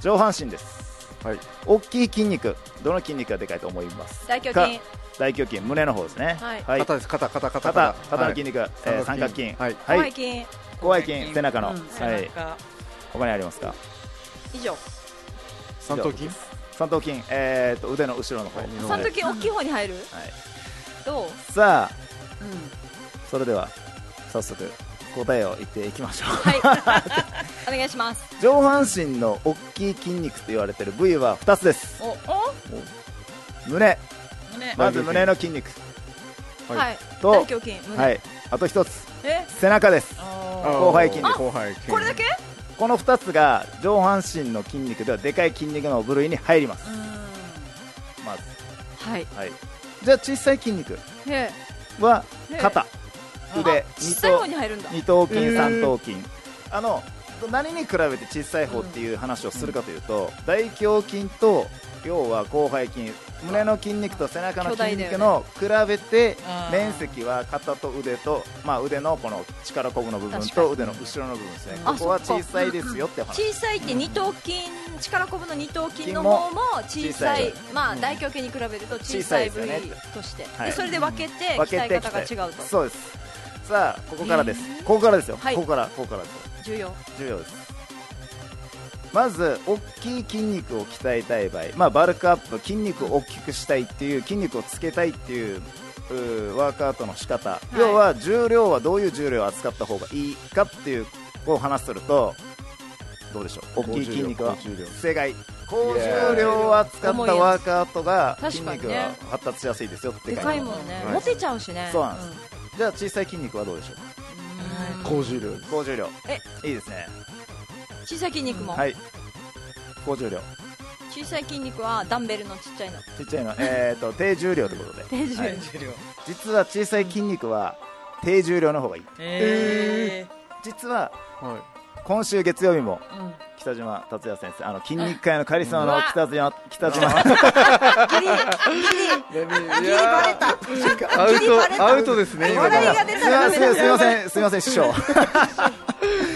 [SPEAKER 2] 上半身です
[SPEAKER 5] はい
[SPEAKER 2] 大きい筋肉どの筋肉がでかいと思います
[SPEAKER 7] 大胸
[SPEAKER 2] か
[SPEAKER 7] 筋
[SPEAKER 2] 大胸筋胸の方ですね
[SPEAKER 7] はい
[SPEAKER 2] はい
[SPEAKER 5] 肩です肩肩肩
[SPEAKER 2] 肩肩の筋
[SPEAKER 5] 肉
[SPEAKER 2] 肉、えー三角筋
[SPEAKER 5] はい
[SPEAKER 2] は
[SPEAKER 7] 背
[SPEAKER 2] い
[SPEAKER 7] 筋
[SPEAKER 2] 広背筋背中の
[SPEAKER 4] うん
[SPEAKER 2] はい
[SPEAKER 4] 背中
[SPEAKER 2] 他にありますか
[SPEAKER 7] 以上
[SPEAKER 5] 三頭筋
[SPEAKER 2] 三頭筋えーと腕の後ろの方
[SPEAKER 5] はい
[SPEAKER 2] は
[SPEAKER 7] 三頭筋大きい方に入る
[SPEAKER 2] い
[SPEAKER 7] どう
[SPEAKER 2] さあ
[SPEAKER 4] うん
[SPEAKER 2] それでは早速答えを言っていきましょう
[SPEAKER 7] はいお願いします
[SPEAKER 2] 上半身の大きい筋肉と言われている部位は2つです
[SPEAKER 4] おお
[SPEAKER 2] 胸
[SPEAKER 4] 胸
[SPEAKER 2] まず胸の筋肉
[SPEAKER 5] はい
[SPEAKER 7] はい
[SPEAKER 2] と
[SPEAKER 7] 大胸筋胸
[SPEAKER 2] はいあと1つ
[SPEAKER 7] え
[SPEAKER 2] 背中です
[SPEAKER 4] お
[SPEAKER 2] 広背筋
[SPEAKER 5] あー広背筋
[SPEAKER 7] これだけ
[SPEAKER 2] この2つが上半身の筋肉ではでかい筋肉の部類に入りますまず
[SPEAKER 7] はい
[SPEAKER 2] はいじゃあ小さい筋肉
[SPEAKER 7] へ
[SPEAKER 2] は
[SPEAKER 7] え
[SPEAKER 2] 肩
[SPEAKER 4] え
[SPEAKER 2] 腕
[SPEAKER 7] 小
[SPEAKER 2] 二
[SPEAKER 7] さい方
[SPEAKER 2] 頭
[SPEAKER 7] に入るんだ
[SPEAKER 2] 二頭筋
[SPEAKER 5] へえ
[SPEAKER 2] 三頭筋あの何に比べて小さい方っていう話をするかというと大胸筋と要は広背筋胸の筋肉と背中の筋肉の比べて
[SPEAKER 4] あー
[SPEAKER 2] 面積は肩と腕と、まあ、腕のこの力こぶの部分
[SPEAKER 7] 確かに
[SPEAKER 2] と腕の後ろの部分ですね
[SPEAKER 7] あ
[SPEAKER 2] ここは
[SPEAKER 7] そっ
[SPEAKER 2] 小
[SPEAKER 7] か
[SPEAKER 2] さいですよって話
[SPEAKER 7] 小さいって二頭筋力こぶの二頭筋の方も小さい
[SPEAKER 2] 小
[SPEAKER 7] まあ大胸筋に比べると小さい部位
[SPEAKER 2] 小さいですよね
[SPEAKER 7] として
[SPEAKER 2] はい
[SPEAKER 7] でそれで分けて
[SPEAKER 2] 分
[SPEAKER 7] 鍛
[SPEAKER 2] け
[SPEAKER 7] え
[SPEAKER 2] て
[SPEAKER 7] 方
[SPEAKER 2] き
[SPEAKER 7] が違
[SPEAKER 2] て
[SPEAKER 7] うと
[SPEAKER 2] そうですさあここからです、ここからですよ、
[SPEAKER 7] はい
[SPEAKER 2] ここからここからですよ
[SPEAKER 7] 重要
[SPEAKER 2] 重要ですまず大きい筋肉を鍛えたい場合、まあ、バルクアップ筋肉を大きくしたいっていう筋肉をつけたいっていううーワークアウトの仕方、
[SPEAKER 7] い
[SPEAKER 2] 要は重量はどういう重量を扱った方がいいかっていうを話するとどうでしょう大きい筋肉は
[SPEAKER 5] 高重量
[SPEAKER 2] 正解高重量を扱ったワークアウトが
[SPEAKER 7] 重いやつ
[SPEAKER 2] 筋肉
[SPEAKER 7] 確か
[SPEAKER 2] が
[SPEAKER 7] にね
[SPEAKER 2] 発達しやすいですよって
[SPEAKER 7] でかいもんね
[SPEAKER 2] はい
[SPEAKER 7] モテちゃうしね
[SPEAKER 2] そうなんです、じゃあ小さい筋肉はどうでしょうか
[SPEAKER 5] 高重量です
[SPEAKER 2] 高重量
[SPEAKER 7] え
[SPEAKER 2] いいですね
[SPEAKER 7] 小さい筋肉も
[SPEAKER 2] はい高重量
[SPEAKER 7] 小さい筋肉はダンベルのちっちゃいの
[SPEAKER 2] ちっちゃいの、えー、と低重量ということで
[SPEAKER 7] 低重
[SPEAKER 2] は
[SPEAKER 7] 量
[SPEAKER 2] い
[SPEAKER 4] 重量
[SPEAKER 2] 実は小さい筋肉は低重量の方がいい
[SPEAKER 4] え
[SPEAKER 2] 実は
[SPEAKER 5] はい
[SPEAKER 2] 今週月曜日も
[SPEAKER 4] ーうん
[SPEAKER 2] 北島達也先生あの筋肉界のカリスマの北島北島
[SPEAKER 5] いやーアウトアウトですね今の
[SPEAKER 7] 笑いが出たらダメだ
[SPEAKER 2] すいませんすいませんすいません師匠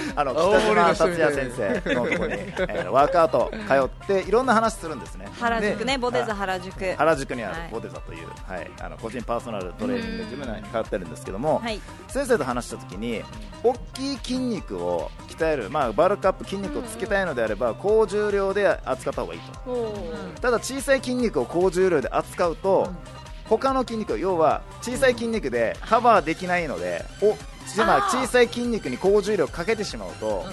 [SPEAKER 2] あの北島達
[SPEAKER 5] 青森の人みたい
[SPEAKER 2] 也先生のとこに、えーワークアウト通っていろんな話するんですね
[SPEAKER 7] 原宿ね
[SPEAKER 2] で
[SPEAKER 7] ボデザ原宿は
[SPEAKER 2] 原宿にある
[SPEAKER 7] はい
[SPEAKER 2] ボデザという、はい、あの個人パーソナルトレーニングジムに通ってるんですけども、
[SPEAKER 7] い
[SPEAKER 2] 先生と話した時に大きい筋肉を鍛える、まあ、バルクアップ筋肉をつけたいのであれば高重量で扱った方がいいとただ小さい筋肉を高重量で扱うと他の筋肉要は小さい筋肉でカバーできないのでおじゃあまあ小さい筋肉に高重量をかけてしまうと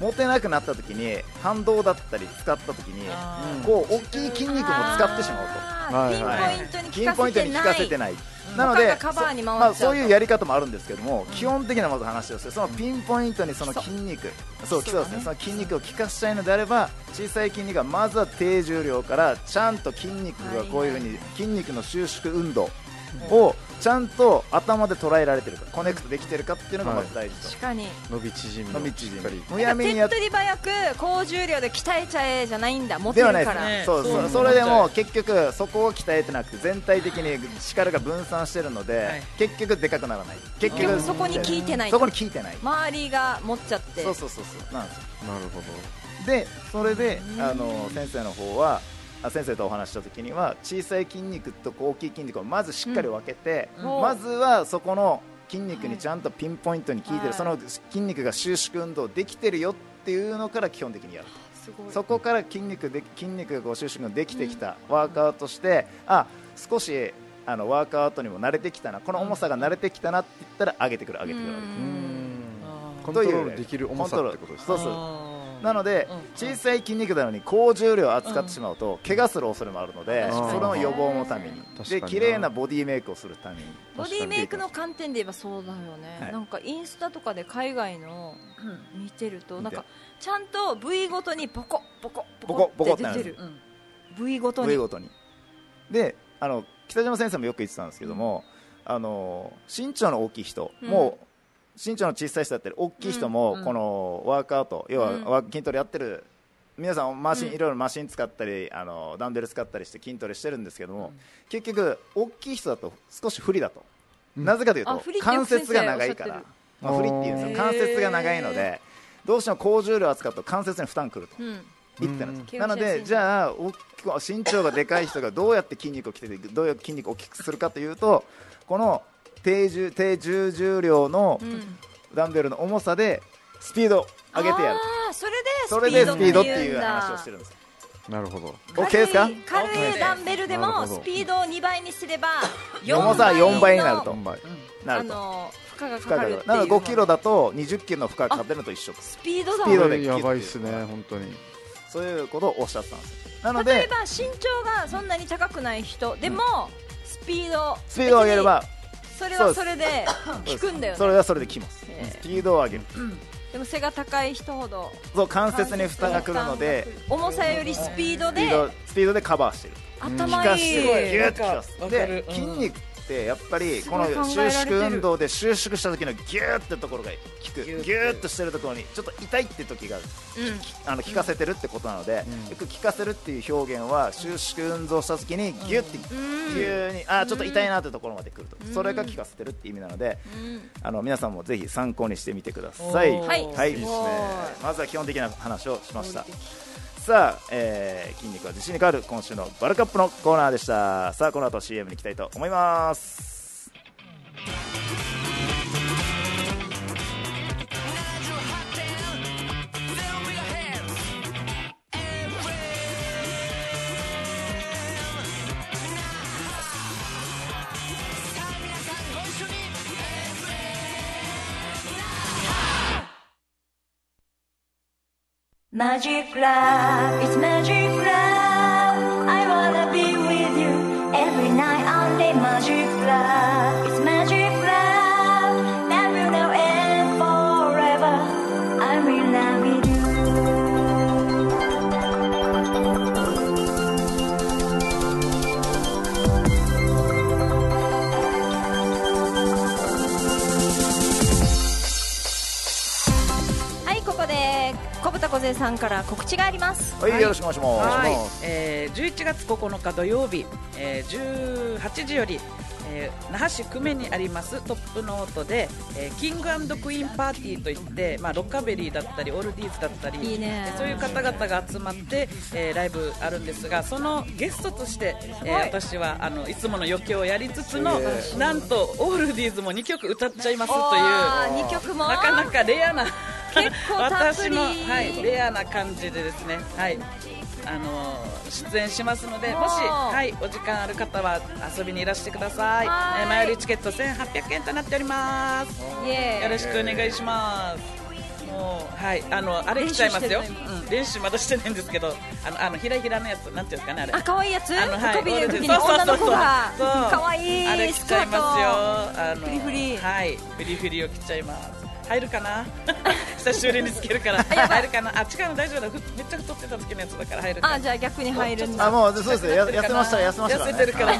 [SPEAKER 2] 持てなくなった時に反動だったり使った時に
[SPEAKER 4] あー
[SPEAKER 2] こう大きい筋肉も使ってしまうと。
[SPEAKER 7] あ
[SPEAKER 5] はい
[SPEAKER 7] ー
[SPEAKER 2] はい
[SPEAKER 7] ピ
[SPEAKER 2] ピ
[SPEAKER 7] ン
[SPEAKER 2] ン
[SPEAKER 7] ポ
[SPEAKER 2] ポ
[SPEAKER 7] イン
[SPEAKER 2] イン
[SPEAKER 7] ト
[SPEAKER 2] ト
[SPEAKER 7] に
[SPEAKER 2] に
[SPEAKER 7] 聞か
[SPEAKER 2] 聞か
[SPEAKER 7] せ
[SPEAKER 2] せ
[SPEAKER 7] て
[SPEAKER 2] て
[SPEAKER 7] ない
[SPEAKER 2] ない、なの
[SPEAKER 7] 他
[SPEAKER 2] で
[SPEAKER 7] がカバーに回っちゃうと
[SPEAKER 2] まあ、そういうやり方もあるんですけども、基本的なまず話をしてそのピンポイントにその筋肉、そう基礎ですねその筋肉を効かしたいのであれば小さい筋肉はまずは低重量からちゃんと筋肉がこういうふうに筋肉の収縮運動をちゃんと頭で捉えられてるかコネクトできてるかっていうのがまず大事と、
[SPEAKER 7] 確かに
[SPEAKER 5] 伸び縮み
[SPEAKER 2] 伸び
[SPEAKER 5] をし
[SPEAKER 2] 縮
[SPEAKER 5] っか
[SPEAKER 2] み
[SPEAKER 5] り
[SPEAKER 2] む
[SPEAKER 7] 手
[SPEAKER 2] やみにや
[SPEAKER 7] っ
[SPEAKER 2] っ
[SPEAKER 7] 取り早く高重量で鍛えちゃえじゃないんだモテ
[SPEAKER 2] で
[SPEAKER 7] る
[SPEAKER 2] は
[SPEAKER 7] か
[SPEAKER 2] ないです
[SPEAKER 7] ら
[SPEAKER 2] ねそ
[SPEAKER 4] ね
[SPEAKER 2] う
[SPEAKER 4] そう
[SPEAKER 2] そうそれでも結局そこを鍛えてなくて全体的に力が分散してるので、
[SPEAKER 4] はい
[SPEAKER 2] 結局でかくならない結
[SPEAKER 7] 結
[SPEAKER 2] 局
[SPEAKER 7] 局そこに効いてない
[SPEAKER 2] そこに効いてない
[SPEAKER 7] 周りが持っちゃって
[SPEAKER 2] そうそうそうそうなんですよ
[SPEAKER 5] なるほど
[SPEAKER 2] でそれであの先生の方はあ先生とお話しした時には小さい筋肉と大きい筋肉をまずしっかり分けて、
[SPEAKER 7] うん
[SPEAKER 2] まずはそこの筋肉にちゃんとピンポイントに効いてる、
[SPEAKER 7] はい
[SPEAKER 2] その筋肉が収縮運動できてるよっていうのから基本的にやるそこから筋肉で筋肉がこう収縮できてきたワークアウトして、あ少しあのワークアウトにも慣れてきたなこの重さが慣れてきたなって言ったら上げてくる上げてくる上げてくる
[SPEAKER 5] コン
[SPEAKER 2] と
[SPEAKER 5] ト
[SPEAKER 2] いう
[SPEAKER 5] ロールできる重さってことです
[SPEAKER 2] コントロールそう
[SPEAKER 5] ね
[SPEAKER 2] そう
[SPEAKER 4] う
[SPEAKER 2] なので
[SPEAKER 4] うん
[SPEAKER 2] 小さい筋肉なのに高重量を扱ってしまうと怪我する恐れもあるので
[SPEAKER 5] 確かに
[SPEAKER 2] その予防のために
[SPEAKER 5] 確か
[SPEAKER 2] で
[SPEAKER 5] にな
[SPEAKER 2] 綺麗なボディメイクをするために
[SPEAKER 7] ボディメイクの観点で言えばそうだよね、
[SPEAKER 2] はい
[SPEAKER 7] なんかインスタとかで海外の見てると、
[SPEAKER 2] 見
[SPEAKER 7] なん
[SPEAKER 2] て
[SPEAKER 7] かちゃんと部位ごとにボコボコ
[SPEAKER 2] ボコ
[SPEAKER 7] ボ
[SPEAKER 2] ボ
[SPEAKER 7] コ
[SPEAKER 2] コ
[SPEAKER 7] っ
[SPEAKER 2] っ
[SPEAKER 7] 出
[SPEAKER 2] ててなる
[SPEAKER 7] てる部位ごと
[SPEAKER 2] 部位
[SPEAKER 7] に
[SPEAKER 2] ごとにであの北島先生もよく言ってたんですけどもあの身長の大きい人
[SPEAKER 7] うん
[SPEAKER 2] もう身長の小さい人だったり大きい人も
[SPEAKER 4] うん
[SPEAKER 2] このワークアウト要は
[SPEAKER 7] うん
[SPEAKER 2] ワー筋トレやってる皆さんマシン
[SPEAKER 7] うん
[SPEAKER 2] いろいろマシン使ったりあのダンベル使ったりして筋トレしてるんですけど
[SPEAKER 4] う
[SPEAKER 2] も
[SPEAKER 4] ん
[SPEAKER 2] 結局大きい人だと少し不利だとなぜかという
[SPEAKER 7] あ
[SPEAKER 2] と
[SPEAKER 7] 不利ってよく
[SPEAKER 2] 関節が長いか
[SPEAKER 7] 先
[SPEAKER 2] ら、
[SPEAKER 5] 生
[SPEAKER 2] まあ、
[SPEAKER 5] おっ
[SPEAKER 2] 不
[SPEAKER 5] し
[SPEAKER 2] 利
[SPEAKER 5] ゃ
[SPEAKER 2] っ
[SPEAKER 5] ってる
[SPEAKER 2] ていうんです
[SPEAKER 7] へー
[SPEAKER 2] よ関節が長いのでどうしても高重量を扱うと関節に負担くると
[SPEAKER 7] うん
[SPEAKER 2] 行ったんです、
[SPEAKER 7] うん
[SPEAKER 2] なのでじゃあ大きく身長がでかい人がどうやって筋肉をきててどうやって筋肉を大きくするかというとこの低重低重重量の
[SPEAKER 7] うん
[SPEAKER 2] ダンベルの重さでスピードを上げてやる
[SPEAKER 7] あーそれ
[SPEAKER 2] それで
[SPEAKER 7] で
[SPEAKER 2] ス
[SPEAKER 7] ス
[SPEAKER 2] ピ
[SPEAKER 7] ピ
[SPEAKER 2] ー
[SPEAKER 7] ード
[SPEAKER 2] ドっ
[SPEAKER 7] ってて
[SPEAKER 2] い
[SPEAKER 7] いうう
[SPEAKER 2] 話
[SPEAKER 7] 話
[SPEAKER 2] を
[SPEAKER 7] を
[SPEAKER 2] し
[SPEAKER 7] してて
[SPEAKER 2] るんです
[SPEAKER 5] なるほど
[SPEAKER 2] OK ですか
[SPEAKER 7] 軽い軽いダンベルで
[SPEAKER 5] な
[SPEAKER 7] も
[SPEAKER 5] るほど
[SPEAKER 7] スピードを2倍にすれば
[SPEAKER 2] 重さは4倍になると
[SPEAKER 5] 4倍
[SPEAKER 2] な
[SPEAKER 7] あ
[SPEAKER 2] ると
[SPEAKER 7] の負荷が
[SPEAKER 2] 負
[SPEAKER 7] か
[SPEAKER 2] 荷
[SPEAKER 7] かるってい
[SPEAKER 2] が
[SPEAKER 7] う
[SPEAKER 2] なので5キロだと2 0キロの負荷がかかってるのと一緒
[SPEAKER 7] スピードだ
[SPEAKER 2] スピード
[SPEAKER 5] こ
[SPEAKER 2] で
[SPEAKER 5] れやばいっすね本当に
[SPEAKER 2] そういうことをおっしゃってたんですよなの
[SPEAKER 7] 例え
[SPEAKER 2] で
[SPEAKER 7] ば身長がそんなに高くない人でも、スピード
[SPEAKER 2] スピードを上げれば
[SPEAKER 7] 別にそれ
[SPEAKER 2] そう
[SPEAKER 7] は
[SPEAKER 2] です
[SPEAKER 7] それで効くんだよ
[SPEAKER 2] そ
[SPEAKER 7] ね
[SPEAKER 2] れはそれできます
[SPEAKER 7] ええ
[SPEAKER 2] スピードを上げる
[SPEAKER 7] でも背が高い人ほど
[SPEAKER 2] そう関節に負担がくるので
[SPEAKER 7] 重さよりスピード
[SPEAKER 2] スピ
[SPEAKER 7] で
[SPEAKER 2] ードスピードでカバーしてる効
[SPEAKER 7] 頭
[SPEAKER 2] か
[SPEAKER 7] い
[SPEAKER 2] し
[SPEAKER 7] い
[SPEAKER 2] て
[SPEAKER 4] すご
[SPEAKER 2] る
[SPEAKER 4] い
[SPEAKER 2] ギュッと効かす
[SPEAKER 4] わか
[SPEAKER 2] で
[SPEAKER 4] る
[SPEAKER 2] 筋
[SPEAKER 4] うん
[SPEAKER 2] 肉ってやっぱりこ
[SPEAKER 7] ごい
[SPEAKER 2] の
[SPEAKER 7] 考えられ
[SPEAKER 2] 収
[SPEAKER 7] てる
[SPEAKER 2] 縮運動で収縮した時のギューってところが効くギ
[SPEAKER 4] ギ
[SPEAKER 2] ュ
[SPEAKER 4] ュッて
[SPEAKER 2] ーっとしてるところにちょっと痛いって時があの効かせてるってことなのでよく効かせるっていう表現は収縮運動した時にギュッて急にあーちょっと痛いなってところまで来るとそれが効かせてるって意味なのであの皆さんもぜひ参考にしてみてください
[SPEAKER 4] おー
[SPEAKER 7] はい
[SPEAKER 2] はい
[SPEAKER 5] いいですね
[SPEAKER 2] まずは基本的な話をしましたさあ、えー筋肉は自信に変わる今週のバルカップのコーナーでしたさあこの後 CM に行きたいと思います
[SPEAKER 1] マジックラブ It's magic love I wanna be with you Every night only magic love It's magic love That will now end forever I'm in love with you
[SPEAKER 7] はいここで小豚小瀬さんから告知があります
[SPEAKER 2] はい、
[SPEAKER 4] はい
[SPEAKER 2] よろしくお願いします
[SPEAKER 4] はい、えー、11月9日土曜日、えー、18時より、えー那覇市久米にありますトップノートで、えーキングクイーンパーティーといって、まあ、ロッカベリーだったりオルディーズだったり
[SPEAKER 7] いいね
[SPEAKER 4] えーそういう方々が集まって、えーライブあるんですがそのゲストとして、えー私はあのいつもの余興をやりつつの、なんとオルディーズも2曲歌っちゃいますという
[SPEAKER 7] 2曲も
[SPEAKER 4] なかなかレアな
[SPEAKER 7] 結構たっぷ
[SPEAKER 4] 私
[SPEAKER 7] り
[SPEAKER 4] の、はい、レアな感じでですね、はいあのー出演しますのでもし、はい、お時間ある方は遊びにいらしてください
[SPEAKER 7] はーい
[SPEAKER 4] えー前売りチケット1800円となっております
[SPEAKER 7] イエーイ
[SPEAKER 4] よろしくお願いしますもうはいあのあれ来ちゃいます
[SPEAKER 7] 練
[SPEAKER 4] よ
[SPEAKER 7] 習してる
[SPEAKER 4] うん、練習まだしてないんですけどあのあのひらひらのやつなんていうんですかねあれ
[SPEAKER 7] あ可愛いやつ
[SPEAKER 4] あのはい
[SPEAKER 7] 飛び出る時に
[SPEAKER 4] そうそうそう
[SPEAKER 7] 女の子が
[SPEAKER 4] そう
[SPEAKER 7] 可愛
[SPEAKER 4] あ
[SPEAKER 7] い
[SPEAKER 4] れ
[SPEAKER 7] ス
[SPEAKER 4] 着
[SPEAKER 7] カ
[SPEAKER 4] ちゃ
[SPEAKER 7] ー
[SPEAKER 4] い
[SPEAKER 7] ト
[SPEAKER 4] ますよあの
[SPEAKER 7] フリフリ
[SPEAKER 4] はいフリフリを着ちゃいます入るかな 久しぶりにつけるから入るかなあ違うの大丈夫だふめっちゃ太ってた時のやつだから入るかな
[SPEAKER 7] あじゃあ逆に入るん
[SPEAKER 2] あ
[SPEAKER 7] だ
[SPEAKER 2] もうそうですねや痩せました痩せましたから、ね、
[SPEAKER 4] 痩せてるから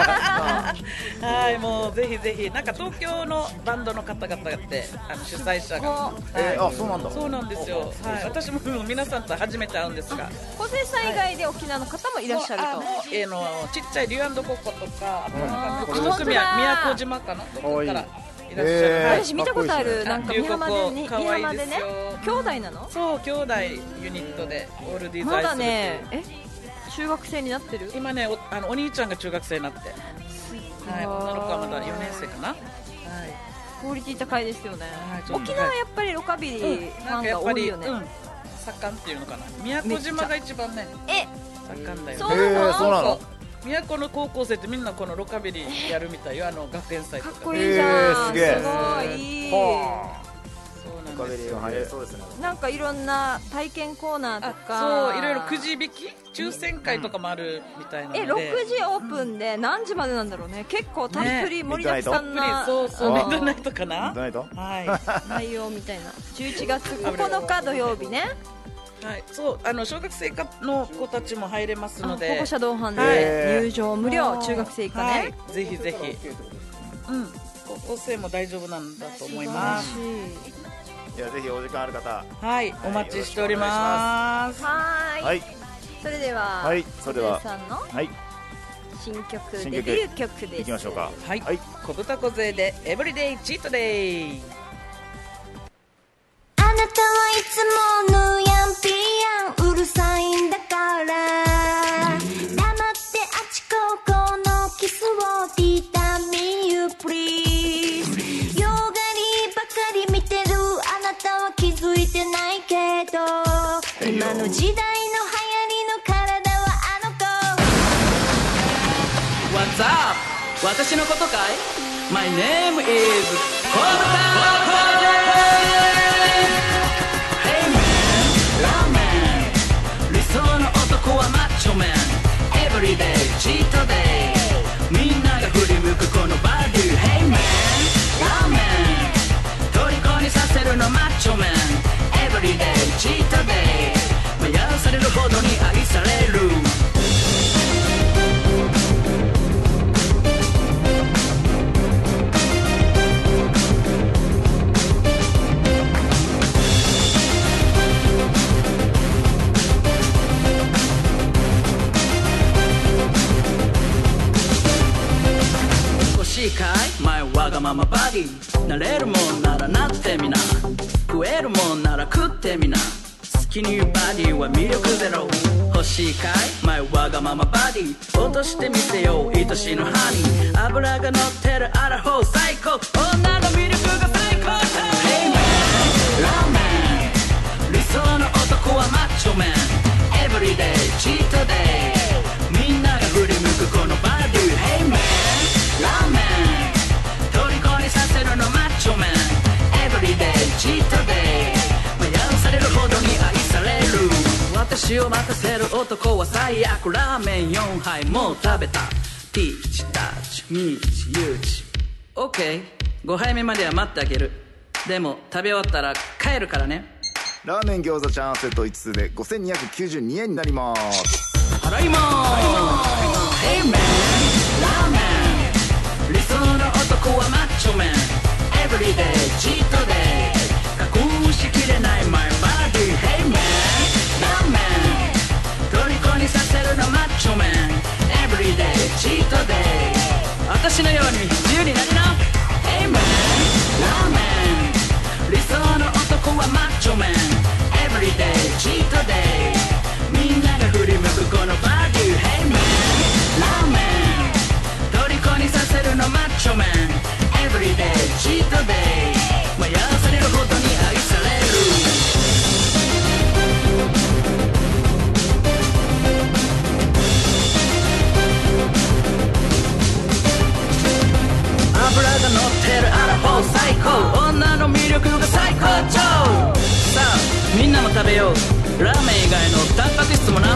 [SPEAKER 4] ねはいもうぜひぜひなんか東京のバンドの方々ってあの主催者が、
[SPEAKER 7] お
[SPEAKER 4] はい
[SPEAKER 2] えーあそうなんだ
[SPEAKER 4] そうなんですよ、はい、私ももう皆さんと初めて会うんですが
[SPEAKER 7] 小瀬さん以外で沖縄の方もいらっしゃる
[SPEAKER 4] あ
[SPEAKER 7] と
[SPEAKER 4] もうえーのちっちゃいリュウアンドココとか、あとなんか
[SPEAKER 7] うん
[SPEAKER 4] 一組
[SPEAKER 7] あ
[SPEAKER 4] 宮
[SPEAKER 7] 本当だ
[SPEAKER 4] 古島かなどこか
[SPEAKER 5] いい
[SPEAKER 4] からいらっしゃる、
[SPEAKER 5] へー
[SPEAKER 4] はい、
[SPEAKER 7] 私見たことある
[SPEAKER 4] か
[SPEAKER 7] な
[SPEAKER 4] っ
[SPEAKER 7] ん
[SPEAKER 4] こ
[SPEAKER 7] か美
[SPEAKER 4] いいですね
[SPEAKER 7] 浜でね美浜
[SPEAKER 4] あ
[SPEAKER 7] で
[SPEAKER 4] 可愛いで
[SPEAKER 7] ね
[SPEAKER 4] すよ
[SPEAKER 7] 兄弟なの
[SPEAKER 4] そう兄弟ユニットでオールディーズ
[SPEAKER 7] ま
[SPEAKER 4] 愛
[SPEAKER 7] だ
[SPEAKER 4] するっていう
[SPEAKER 7] ねえ中学生になってる
[SPEAKER 4] 今ねおあのお兄ちゃんが中学生になって、はい、女の子はまだ4年生かな、はい
[SPEAKER 7] クオリティ高いですよね
[SPEAKER 4] はいちょっと
[SPEAKER 7] 沖縄やっぱりロカビリ
[SPEAKER 4] うん
[SPEAKER 7] ーフ
[SPEAKER 4] な
[SPEAKER 7] ァ
[SPEAKER 4] ん
[SPEAKER 7] ン
[SPEAKER 4] かや
[SPEAKER 7] が
[SPEAKER 4] っぱ
[SPEAKER 7] 多い
[SPEAKER 4] り、
[SPEAKER 7] よね
[SPEAKER 4] うん、盛んっていうのかな宮古島が一番ね
[SPEAKER 7] え
[SPEAKER 4] 盛んだよね
[SPEAKER 7] そう
[SPEAKER 2] へ
[SPEAKER 7] な
[SPEAKER 2] ーそ
[SPEAKER 7] の
[SPEAKER 2] うなの
[SPEAKER 4] そう宮古の高校生ってみんなこのロカビリーやるみたいよあの学園祭と
[SPEAKER 7] かっ
[SPEAKER 4] か
[SPEAKER 7] こいいじゃん
[SPEAKER 2] へー
[SPEAKER 7] すごいいい
[SPEAKER 4] そうなん
[SPEAKER 2] カ
[SPEAKER 4] で
[SPEAKER 2] ベ
[SPEAKER 4] す
[SPEAKER 2] リー
[SPEAKER 4] よ
[SPEAKER 2] は入れそうですね
[SPEAKER 7] なんかいろんな体験コーナー
[SPEAKER 4] あ
[SPEAKER 7] とか
[SPEAKER 4] そういろいろくじ引き抽選会とかもあるみたいなので
[SPEAKER 7] え6時オープンで何時までなんだろうね結構たっぷり盛りだくさん
[SPEAKER 4] プリン
[SPEAKER 7] な
[SPEAKER 4] そうそ
[SPEAKER 7] あ
[SPEAKER 4] うミ
[SPEAKER 7] の
[SPEAKER 4] ッドナイトか
[SPEAKER 2] ミ
[SPEAKER 4] な
[SPEAKER 2] ッドナイト
[SPEAKER 4] はい、
[SPEAKER 7] 内容みたいな11月9日土曜日ね
[SPEAKER 4] はい、そうあの小学生以下の子たちも入れます
[SPEAKER 7] あ
[SPEAKER 4] の
[SPEAKER 7] 保
[SPEAKER 4] で
[SPEAKER 7] 護者同伴
[SPEAKER 4] はい
[SPEAKER 7] で入場無料中学生以下ね
[SPEAKER 4] はい、ぜひぜひ、うん、高校生も大丈夫なんだと思います
[SPEAKER 2] いやぜひお時間ある方
[SPEAKER 4] はいお待ちしております
[SPEAKER 7] はーい
[SPEAKER 2] はい
[SPEAKER 7] それでは、
[SPEAKER 2] はいそれでは
[SPEAKER 7] 小杉さんの
[SPEAKER 2] はい
[SPEAKER 7] 新曲
[SPEAKER 2] 新曲
[SPEAKER 7] デビュー曲です
[SPEAKER 2] 行きましょうか
[SPEAKER 4] はい、
[SPEAKER 2] はい
[SPEAKER 4] 小豚小勢でエブリデイチートデイ
[SPEAKER 1] あなたはいつもぬやんぴやん時代の流行りの体はあの子
[SPEAKER 4] What's up? 私のことかい ?My name is コブタコブ Hey man, ラーメン理想の男はマッチョメン Everyday, cheat day みんなが振り向くこのバディ Hey man, ラーメン虜にさせるのマッチョメン Everyday, cheat day 迷わされるほどに愛される欲しいかい前わがままバディなれるもんならなってみな食えるもんなら食ってみな好きにバディは魅力ゼロ欲しいかい前わがままバディ落としてみせよう愛しのハニー脂が乗ってるアラフォー最高女の魅力が最高だ Hey man ラーメン理想の男はマッチョメン Everyday チートデイみんなが振り向くこのバディ Hey man ラーメン虜にさせるのマッチョメン Everyday チートデイ迷わされるほどに愛される私を待たせる男は最悪ラーメン4杯もう食べたピーチタッチミーチユーチ OK5 杯目までは待ってあげるでも食べ終わったら帰るからね
[SPEAKER 2] ラーメン餃子チャーハンセット5つで5292円になります
[SPEAKER 4] 払いまーす Hey man ラーメン理想の男はマッチョメン Everyday チートデイ隠しきれない My body Hey man ラーメン虜にさせるのマッチョメン Everyday チートデイ私のように自由になりな Hey man ラーメン理想の男はマッチョメン Everyday チートデイみんなが振り向くこのバディ Hey man ラーメン虜にさせるのマッチョメン Everyday チートデイ迷わされるほどに愛される脂が乗ってるアラフォー最高女の魅力が最高潮さあみんなも食べようラーメン以外のタンパク質もな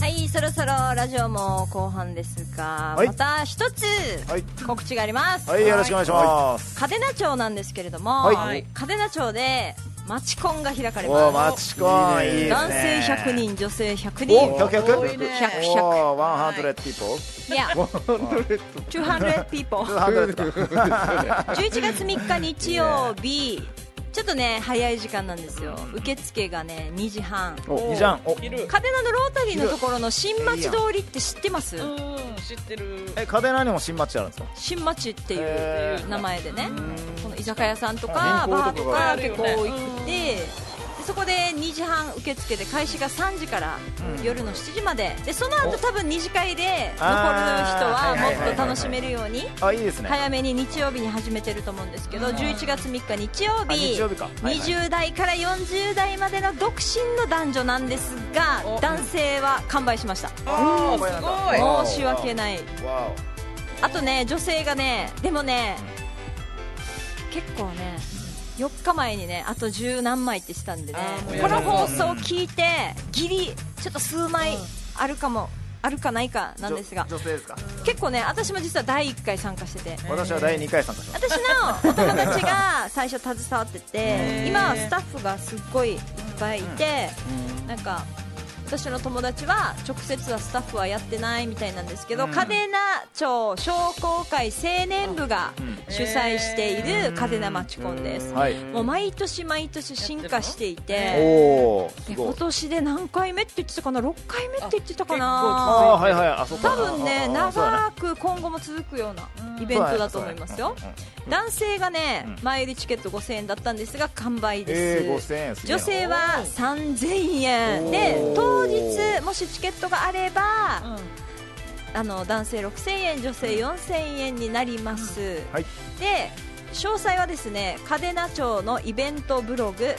[SPEAKER 7] はいそろそろラジオも後半ですが、
[SPEAKER 2] はい
[SPEAKER 7] また一つ
[SPEAKER 2] はい
[SPEAKER 7] 告知があります、
[SPEAKER 2] はいよろしくお願いします
[SPEAKER 7] 嘉手納町なんですけれども、
[SPEAKER 2] はい
[SPEAKER 7] 嘉手納町で町コンが開かれ
[SPEAKER 2] おー
[SPEAKER 7] ま
[SPEAKER 2] マ
[SPEAKER 7] す
[SPEAKER 2] チコンいいですね
[SPEAKER 7] 男性100人女性100
[SPEAKER 2] お
[SPEAKER 7] 人
[SPEAKER 8] 多い
[SPEAKER 2] 100
[SPEAKER 8] ね
[SPEAKER 7] 100
[SPEAKER 2] 100おー100 people
[SPEAKER 7] いや200 people
[SPEAKER 2] 100
[SPEAKER 7] 11月3日日曜日ちょっとね早い時間なんですよ受付がね2時半
[SPEAKER 2] おいいじゃんお
[SPEAKER 8] 昼
[SPEAKER 7] 嘉手納のロータリーのところの新町通りって知ってます
[SPEAKER 8] うん知ってる
[SPEAKER 2] え家電何にも新町あるんですか
[SPEAKER 7] 新町っていう
[SPEAKER 2] え
[SPEAKER 7] 名前でねこの居酒屋さんとか
[SPEAKER 9] 変更
[SPEAKER 7] バー
[SPEAKER 9] とか
[SPEAKER 7] と
[SPEAKER 8] が
[SPEAKER 7] か
[SPEAKER 8] あるよ
[SPEAKER 7] 結
[SPEAKER 8] ね
[SPEAKER 7] 構多くてでそこで2時半受付で開始が3時から夜の7時まででその後多分2次会で残る人
[SPEAKER 2] あ
[SPEAKER 7] は
[SPEAKER 2] ーはいはいはいはい
[SPEAKER 7] もっと楽しめるように
[SPEAKER 2] ーあいいですね
[SPEAKER 7] 早めに日曜日に始めてると思うんですけど、11月3日日曜
[SPEAKER 2] あ
[SPEAKER 7] 日
[SPEAKER 2] 日曜日かはいはい
[SPEAKER 7] 20代から40代までの独身の男女なんですが
[SPEAKER 8] お
[SPEAKER 7] 男性は完売しました
[SPEAKER 8] あーす
[SPEAKER 2] お
[SPEAKER 8] ごい
[SPEAKER 2] ー
[SPEAKER 7] 申し訳ない
[SPEAKER 2] わ
[SPEAKER 7] あとね女性がねでもね結構ね4日前にねあと十何枚ってしたんでね
[SPEAKER 8] あーもうや
[SPEAKER 7] こ
[SPEAKER 8] ば
[SPEAKER 7] の
[SPEAKER 8] い
[SPEAKER 7] 放送聞いてギリちょっと数枚あるかもあるかないか
[SPEAKER 2] お
[SPEAKER 7] なんですが
[SPEAKER 2] 女女性ですか
[SPEAKER 7] 結構ね私も実は第1回参加してて
[SPEAKER 2] 私は第2回参加しまし
[SPEAKER 7] 私のお友達 が最初携わってて今はスタッフがすっごいいっぱいいてなんか私の友達は直接はスタッフはやってないみたいなんですけど、嘉手納町商工会青年部が主催している嘉手納町コンです、
[SPEAKER 2] はい
[SPEAKER 7] もう毎年毎年進化していて
[SPEAKER 2] おおす
[SPEAKER 7] で
[SPEAKER 2] ご
[SPEAKER 7] 今
[SPEAKER 2] い
[SPEAKER 7] 年で何回目って言ってたかな6回目って言ってたか
[SPEAKER 2] あ
[SPEAKER 7] な
[SPEAKER 2] あーはいはいあそこ
[SPEAKER 7] 多分ね長
[SPEAKER 2] く
[SPEAKER 7] く今後も続くようなイベントだと思いますよ男性がね
[SPEAKER 2] うん
[SPEAKER 7] 前売りチケット5000円だったんですが完売
[SPEAKER 2] ええ
[SPEAKER 7] で
[SPEAKER 2] 五
[SPEAKER 7] す
[SPEAKER 2] 千円すげえ
[SPEAKER 7] 女
[SPEAKER 2] な
[SPEAKER 7] 性は3000円で当日もしチケットがあればあの男性6000円女性4000円になります、
[SPEAKER 2] はい
[SPEAKER 7] で詳細はですね嘉手納町のイベントブログ